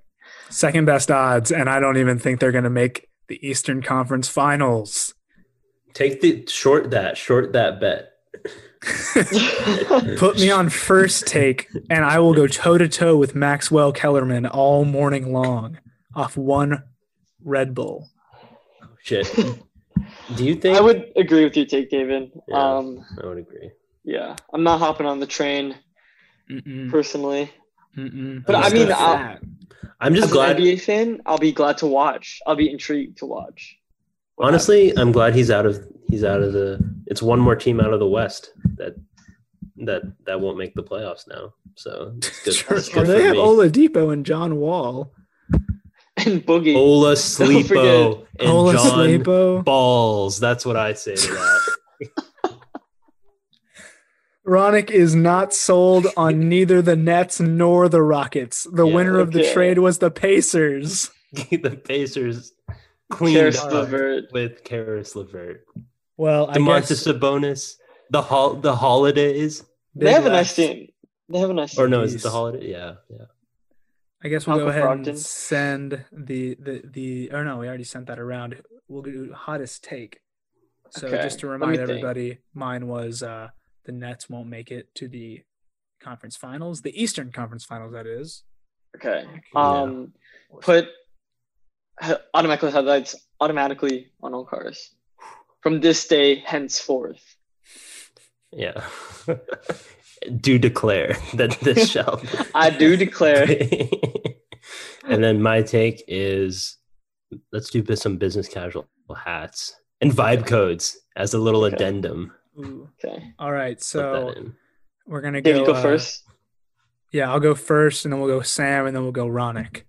[SPEAKER 3] second best odds, and I don't even think they're going to make the Eastern Conference Finals.
[SPEAKER 4] Take the short that short that bet.
[SPEAKER 3] Put me on first take, and I will go toe to toe with Maxwell Kellerman all morning long off one Red Bull.
[SPEAKER 4] Shit. Do you think
[SPEAKER 5] I would agree with your take, David.
[SPEAKER 4] Yeah.
[SPEAKER 5] Um,
[SPEAKER 4] I would agree.
[SPEAKER 5] yeah, I'm not hopping on the train
[SPEAKER 3] Mm-mm,
[SPEAKER 5] personally.
[SPEAKER 3] mm-mm.
[SPEAKER 5] But
[SPEAKER 4] I
[SPEAKER 3] Let's
[SPEAKER 4] mean,
[SPEAKER 3] go
[SPEAKER 5] I'll-
[SPEAKER 3] fat.
[SPEAKER 4] I'm just
[SPEAKER 5] As
[SPEAKER 4] glad.
[SPEAKER 5] an NBA fan, I'll be glad to watch. I'll be intrigued to watch. what
[SPEAKER 4] honestly, I'm glad he's out of he's out of the. It's one more team out of the West that that that won't make the playoffs now. So
[SPEAKER 5] (laughs)
[SPEAKER 4] it's good,
[SPEAKER 3] Sure,
[SPEAKER 4] it's good
[SPEAKER 3] they
[SPEAKER 4] for
[SPEAKER 3] have
[SPEAKER 4] me.
[SPEAKER 3] Oladipo and John Wall.
[SPEAKER 5] happens. (laughs) and Boogie.
[SPEAKER 4] Ola
[SPEAKER 5] Don't forget
[SPEAKER 4] Sleepo and
[SPEAKER 3] Ola
[SPEAKER 4] John
[SPEAKER 3] Slabo,
[SPEAKER 4] Balls. That's what I say to that. (laughs)
[SPEAKER 3] Ronick is not sold on neither the Nets nor the Rockets. The
[SPEAKER 4] Yeah,
[SPEAKER 3] winner of the
[SPEAKER 5] okay.
[SPEAKER 3] trade was the Pacers.
[SPEAKER 4] the Pacers cleaned
[SPEAKER 5] Karis
[SPEAKER 4] up
[SPEAKER 5] LeVert.
[SPEAKER 4] with Karis LeVert,
[SPEAKER 3] Well, I
[SPEAKER 4] Demontis
[SPEAKER 3] guess
[SPEAKER 4] Sabonis, the hol- the holidays
[SPEAKER 5] They have a
[SPEAKER 3] left.
[SPEAKER 5] nice team. They have a nice
[SPEAKER 4] or
[SPEAKER 5] team.
[SPEAKER 4] no? Is it the
[SPEAKER 3] Jeez.
[SPEAKER 4] holiday? Yeah, yeah.
[SPEAKER 3] I guess we'll go
[SPEAKER 5] Malcolm
[SPEAKER 3] ahead
[SPEAKER 5] Brogdon.
[SPEAKER 3] and send the the the. Or no, we already sent that around. We'll do hottest take. So
[SPEAKER 5] Okay,
[SPEAKER 3] just to
[SPEAKER 5] let me
[SPEAKER 3] remind
[SPEAKER 5] think.
[SPEAKER 3] everybody, mine was uh, the Nets won't make it to the conference finals, the Eastern Conference Finals. That is.
[SPEAKER 5] Okay.
[SPEAKER 4] Yeah.
[SPEAKER 5] Um, put he- automatically headlights automatically on all cars from this day henceforth.
[SPEAKER 4] Yeah. (laughs) Do declare that
[SPEAKER 5] (laughs)
[SPEAKER 4] this shall.
[SPEAKER 3] (laughs)
[SPEAKER 5] I do declare.
[SPEAKER 4] (laughs) and then my take is let's do bu- some business casual hats and vibe codes as a little
[SPEAKER 5] Okay.
[SPEAKER 4] addendum.
[SPEAKER 3] Ooh.
[SPEAKER 5] Okay.
[SPEAKER 3] All right,
[SPEAKER 4] Put that
[SPEAKER 3] so
[SPEAKER 4] in.
[SPEAKER 3] we're gonna
[SPEAKER 5] David,
[SPEAKER 3] go,
[SPEAKER 5] go
[SPEAKER 3] uh,
[SPEAKER 5] first.
[SPEAKER 3] Yeah, I'll go first, and then we'll go Sam, and then we'll go Ronick.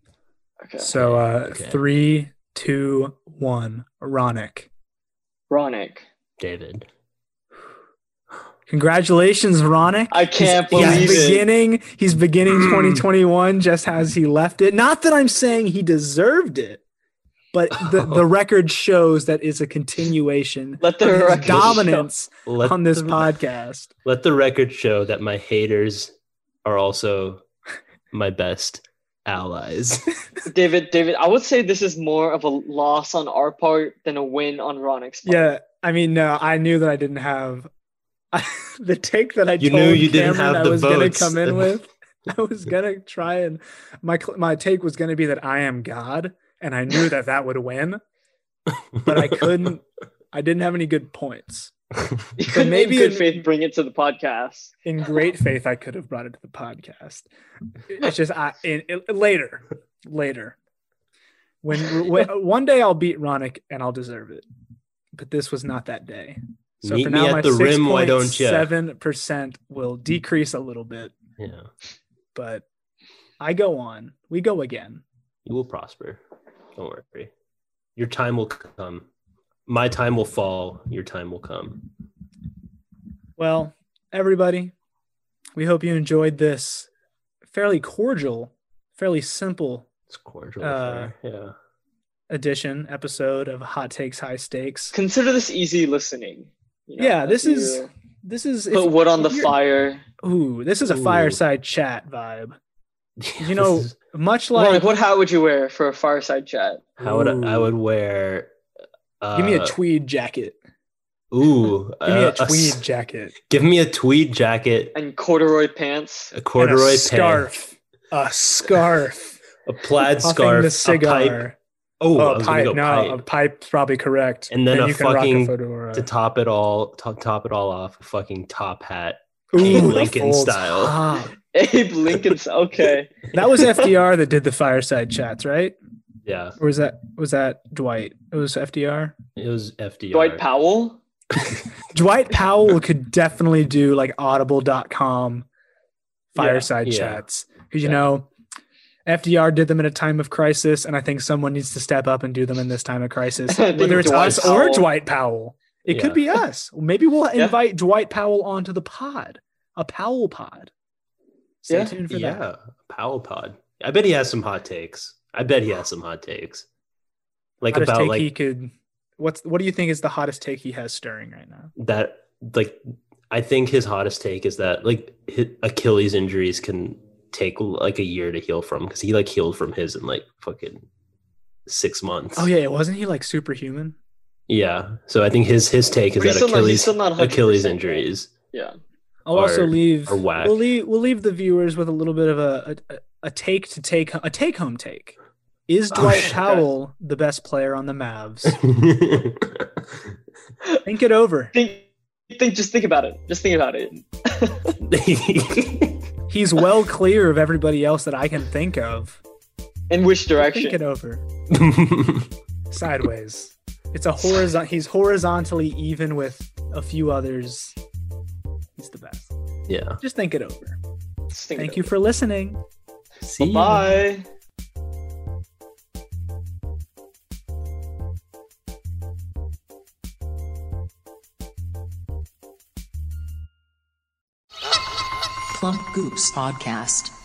[SPEAKER 5] Okay.
[SPEAKER 3] So uh,
[SPEAKER 4] Okay.
[SPEAKER 3] three, two, one, Ronick.
[SPEAKER 5] Ronick.
[SPEAKER 4] David.
[SPEAKER 3] Congratulations, Ronick.
[SPEAKER 5] I can't
[SPEAKER 3] he's,
[SPEAKER 5] believe
[SPEAKER 3] he's
[SPEAKER 5] it. Mm.
[SPEAKER 3] beginning. He's beginning 2021 just as he left it. Not that I'm saying he deserved it,
[SPEAKER 5] (laughs)
[SPEAKER 3] but the, the record shows that it's a continuation
[SPEAKER 5] Let the
[SPEAKER 3] of his
[SPEAKER 5] record
[SPEAKER 3] (laughs)
[SPEAKER 5] show.
[SPEAKER 3] dominance
[SPEAKER 4] Let
[SPEAKER 3] on this
[SPEAKER 4] the-
[SPEAKER 3] podcast.
[SPEAKER 4] Let the record show that my haters are also my best allies.
[SPEAKER 3] (laughs)
[SPEAKER 5] David, David, I would say this is more of a loss on our part than a win on Ronnick's part.
[SPEAKER 3] Yeah, I mean, no, I knew that I didn't have (laughs) the take that I
[SPEAKER 4] You
[SPEAKER 3] told
[SPEAKER 4] knew you didn't
[SPEAKER 3] Cameron
[SPEAKER 4] have
[SPEAKER 3] I
[SPEAKER 4] the
[SPEAKER 3] was gonna
[SPEAKER 4] votes.
[SPEAKER 3] come
[SPEAKER 4] (laughs)
[SPEAKER 3] in with. I was gonna try and my cl- my take was gonna be that I am God, and I knew that that would win, but I couldn't. I didn't have any good points.
[SPEAKER 5] You couldn't
[SPEAKER 3] maybe
[SPEAKER 5] in good
[SPEAKER 3] it-
[SPEAKER 5] faith bring it to the podcast.
[SPEAKER 3] In great faith, I could have brought it to the podcast. It's just I in, it- later, later. When, when one day I'll beat Ronick and I'll deserve it, but this was not that day. So
[SPEAKER 4] Meet
[SPEAKER 3] for
[SPEAKER 4] me
[SPEAKER 3] now,
[SPEAKER 4] at
[SPEAKER 3] my
[SPEAKER 4] the rim, why don't ya? Mm-hmm.
[SPEAKER 3] Seven percent will decrease a little bit,
[SPEAKER 4] yeah,
[SPEAKER 3] but I go on. We go again.
[SPEAKER 4] you will prosper. Don't worry. Your time will come. My time will fall. Your time will come.
[SPEAKER 3] Well, everybody, we hope you enjoyed this fairly cordial, fairly simple
[SPEAKER 4] It's cordial.
[SPEAKER 3] Uh,
[SPEAKER 4] affair. yeah.
[SPEAKER 3] edition episode of Hot Takes High Stakes.
[SPEAKER 5] Consider this easy listening. you know,
[SPEAKER 3] Yeah, this
[SPEAKER 5] if
[SPEAKER 3] is-
[SPEAKER 5] you
[SPEAKER 3] This is
[SPEAKER 5] put wood on the
[SPEAKER 3] if you're-
[SPEAKER 5] fire.
[SPEAKER 3] Ooh, this is a
[SPEAKER 4] Oh. Ooh.
[SPEAKER 3] fireside chat vibe.
[SPEAKER 4] Yeah,
[SPEAKER 3] You know,
[SPEAKER 4] this is
[SPEAKER 3] much
[SPEAKER 5] Like,
[SPEAKER 3] like
[SPEAKER 5] what hat would you wear for a fireside chat?
[SPEAKER 4] how would I, I
[SPEAKER 3] Ooh.
[SPEAKER 4] would wear? Uh,
[SPEAKER 3] give me a tweed jacket.
[SPEAKER 4] ooh,
[SPEAKER 3] Give me
[SPEAKER 4] uh,
[SPEAKER 3] a
[SPEAKER 4] s-
[SPEAKER 3] tweed jacket.
[SPEAKER 4] give me a tweed jacket,
[SPEAKER 5] And corduroy pants. (laughs)
[SPEAKER 4] a
[SPEAKER 3] and
[SPEAKER 4] corduroy
[SPEAKER 3] a
[SPEAKER 4] pant,
[SPEAKER 3] scarf. A scarf.
[SPEAKER 4] a (laughs) plaid
[SPEAKER 3] Puffing
[SPEAKER 4] scarf,
[SPEAKER 3] the
[SPEAKER 4] a
[SPEAKER 3] cigar.
[SPEAKER 4] pipe. Oh, I
[SPEAKER 3] Oh,
[SPEAKER 4] was
[SPEAKER 3] pipe.
[SPEAKER 4] gonna
[SPEAKER 3] No,
[SPEAKER 4] go pipe.
[SPEAKER 3] a pipe's probably correct.
[SPEAKER 4] And then a fucking-
[SPEAKER 3] fedora.
[SPEAKER 4] to top it all, to top it all off, a fucking top hat.
[SPEAKER 3] Ooh, the
[SPEAKER 4] Lincoln
[SPEAKER 3] folds.
[SPEAKER 4] style.
[SPEAKER 3] Ah,
[SPEAKER 5] Abe Lincoln's
[SPEAKER 4] (laughs)
[SPEAKER 5] okay.
[SPEAKER 3] that was FDR that did the fireside chats, right?
[SPEAKER 4] Yeah,
[SPEAKER 3] Or was that was that Dwight? It was FDR.
[SPEAKER 4] it was FDR.
[SPEAKER 5] Dwight Powell? (laughs)
[SPEAKER 3] Dwight
[SPEAKER 4] (laughs)
[SPEAKER 3] Powell could definitely do like audible.com fireside
[SPEAKER 4] Yeah, yeah.
[SPEAKER 3] chats. 'Cause, you
[SPEAKER 4] Yeah.
[SPEAKER 3] know, FDR did them in a time of crisis, and I think someone needs to step up and do them in this time of crisis,
[SPEAKER 5] I think
[SPEAKER 3] whether it's
[SPEAKER 5] Dwight
[SPEAKER 3] us or
[SPEAKER 5] Powell-
[SPEAKER 3] Dwight Powell. It could
[SPEAKER 4] Yeah.
[SPEAKER 3] be us. Maybe we'll
[SPEAKER 5] Yeah.
[SPEAKER 3] invite Dwight Powell onto the pod, a Powell pod. Stay
[SPEAKER 5] Yeah.
[SPEAKER 3] tuned for
[SPEAKER 4] Yeah,
[SPEAKER 3] that.
[SPEAKER 4] Powell Pod. I bet he has some hot takes. I bet he has some hot takes. Like
[SPEAKER 3] Hottest
[SPEAKER 4] about
[SPEAKER 3] take
[SPEAKER 4] like
[SPEAKER 3] he could. What's what do you think is the hottest take he has stirring right now?
[SPEAKER 4] that. Like I think his hottest take is that like hi Achilles injuries can take like a year to heal from because he like healed from his in like fucking six months.
[SPEAKER 3] Oh yeah, wasn't he like superhuman?
[SPEAKER 4] Yeah. So I think his his take
[SPEAKER 5] But
[SPEAKER 4] is
[SPEAKER 5] he's
[SPEAKER 4] that
[SPEAKER 5] still not, he's
[SPEAKER 4] Achilles
[SPEAKER 5] still not 100%,
[SPEAKER 4] Achilles
[SPEAKER 5] though.
[SPEAKER 4] injuries.
[SPEAKER 5] Yeah.
[SPEAKER 3] I'll
[SPEAKER 4] or-
[SPEAKER 3] also leave.
[SPEAKER 4] or whack.
[SPEAKER 3] We'll leave. We'll leave the viewers with a little bit of a a, a take to take a take home take. Is
[SPEAKER 4] Oh,
[SPEAKER 3] Dwight
[SPEAKER 4] shit.
[SPEAKER 3] Powell the best player on the Mavs? Think it over.
[SPEAKER 5] Think, think, just think about it. Just think about it.
[SPEAKER 3] He's well clear of everybody else that I can think of.
[SPEAKER 5] In which
[SPEAKER 3] Think
[SPEAKER 5] direction?
[SPEAKER 3] it over.
[SPEAKER 5] (laughs)
[SPEAKER 3] Sideways. It's a horizon. He's horizontally even with a few others. He's the best.
[SPEAKER 4] (laughs) yeah.
[SPEAKER 3] Just think it over.
[SPEAKER 5] Just think
[SPEAKER 3] Thank you for listening. See you.
[SPEAKER 5] Bye.
[SPEAKER 1] Plump Goops Podcast.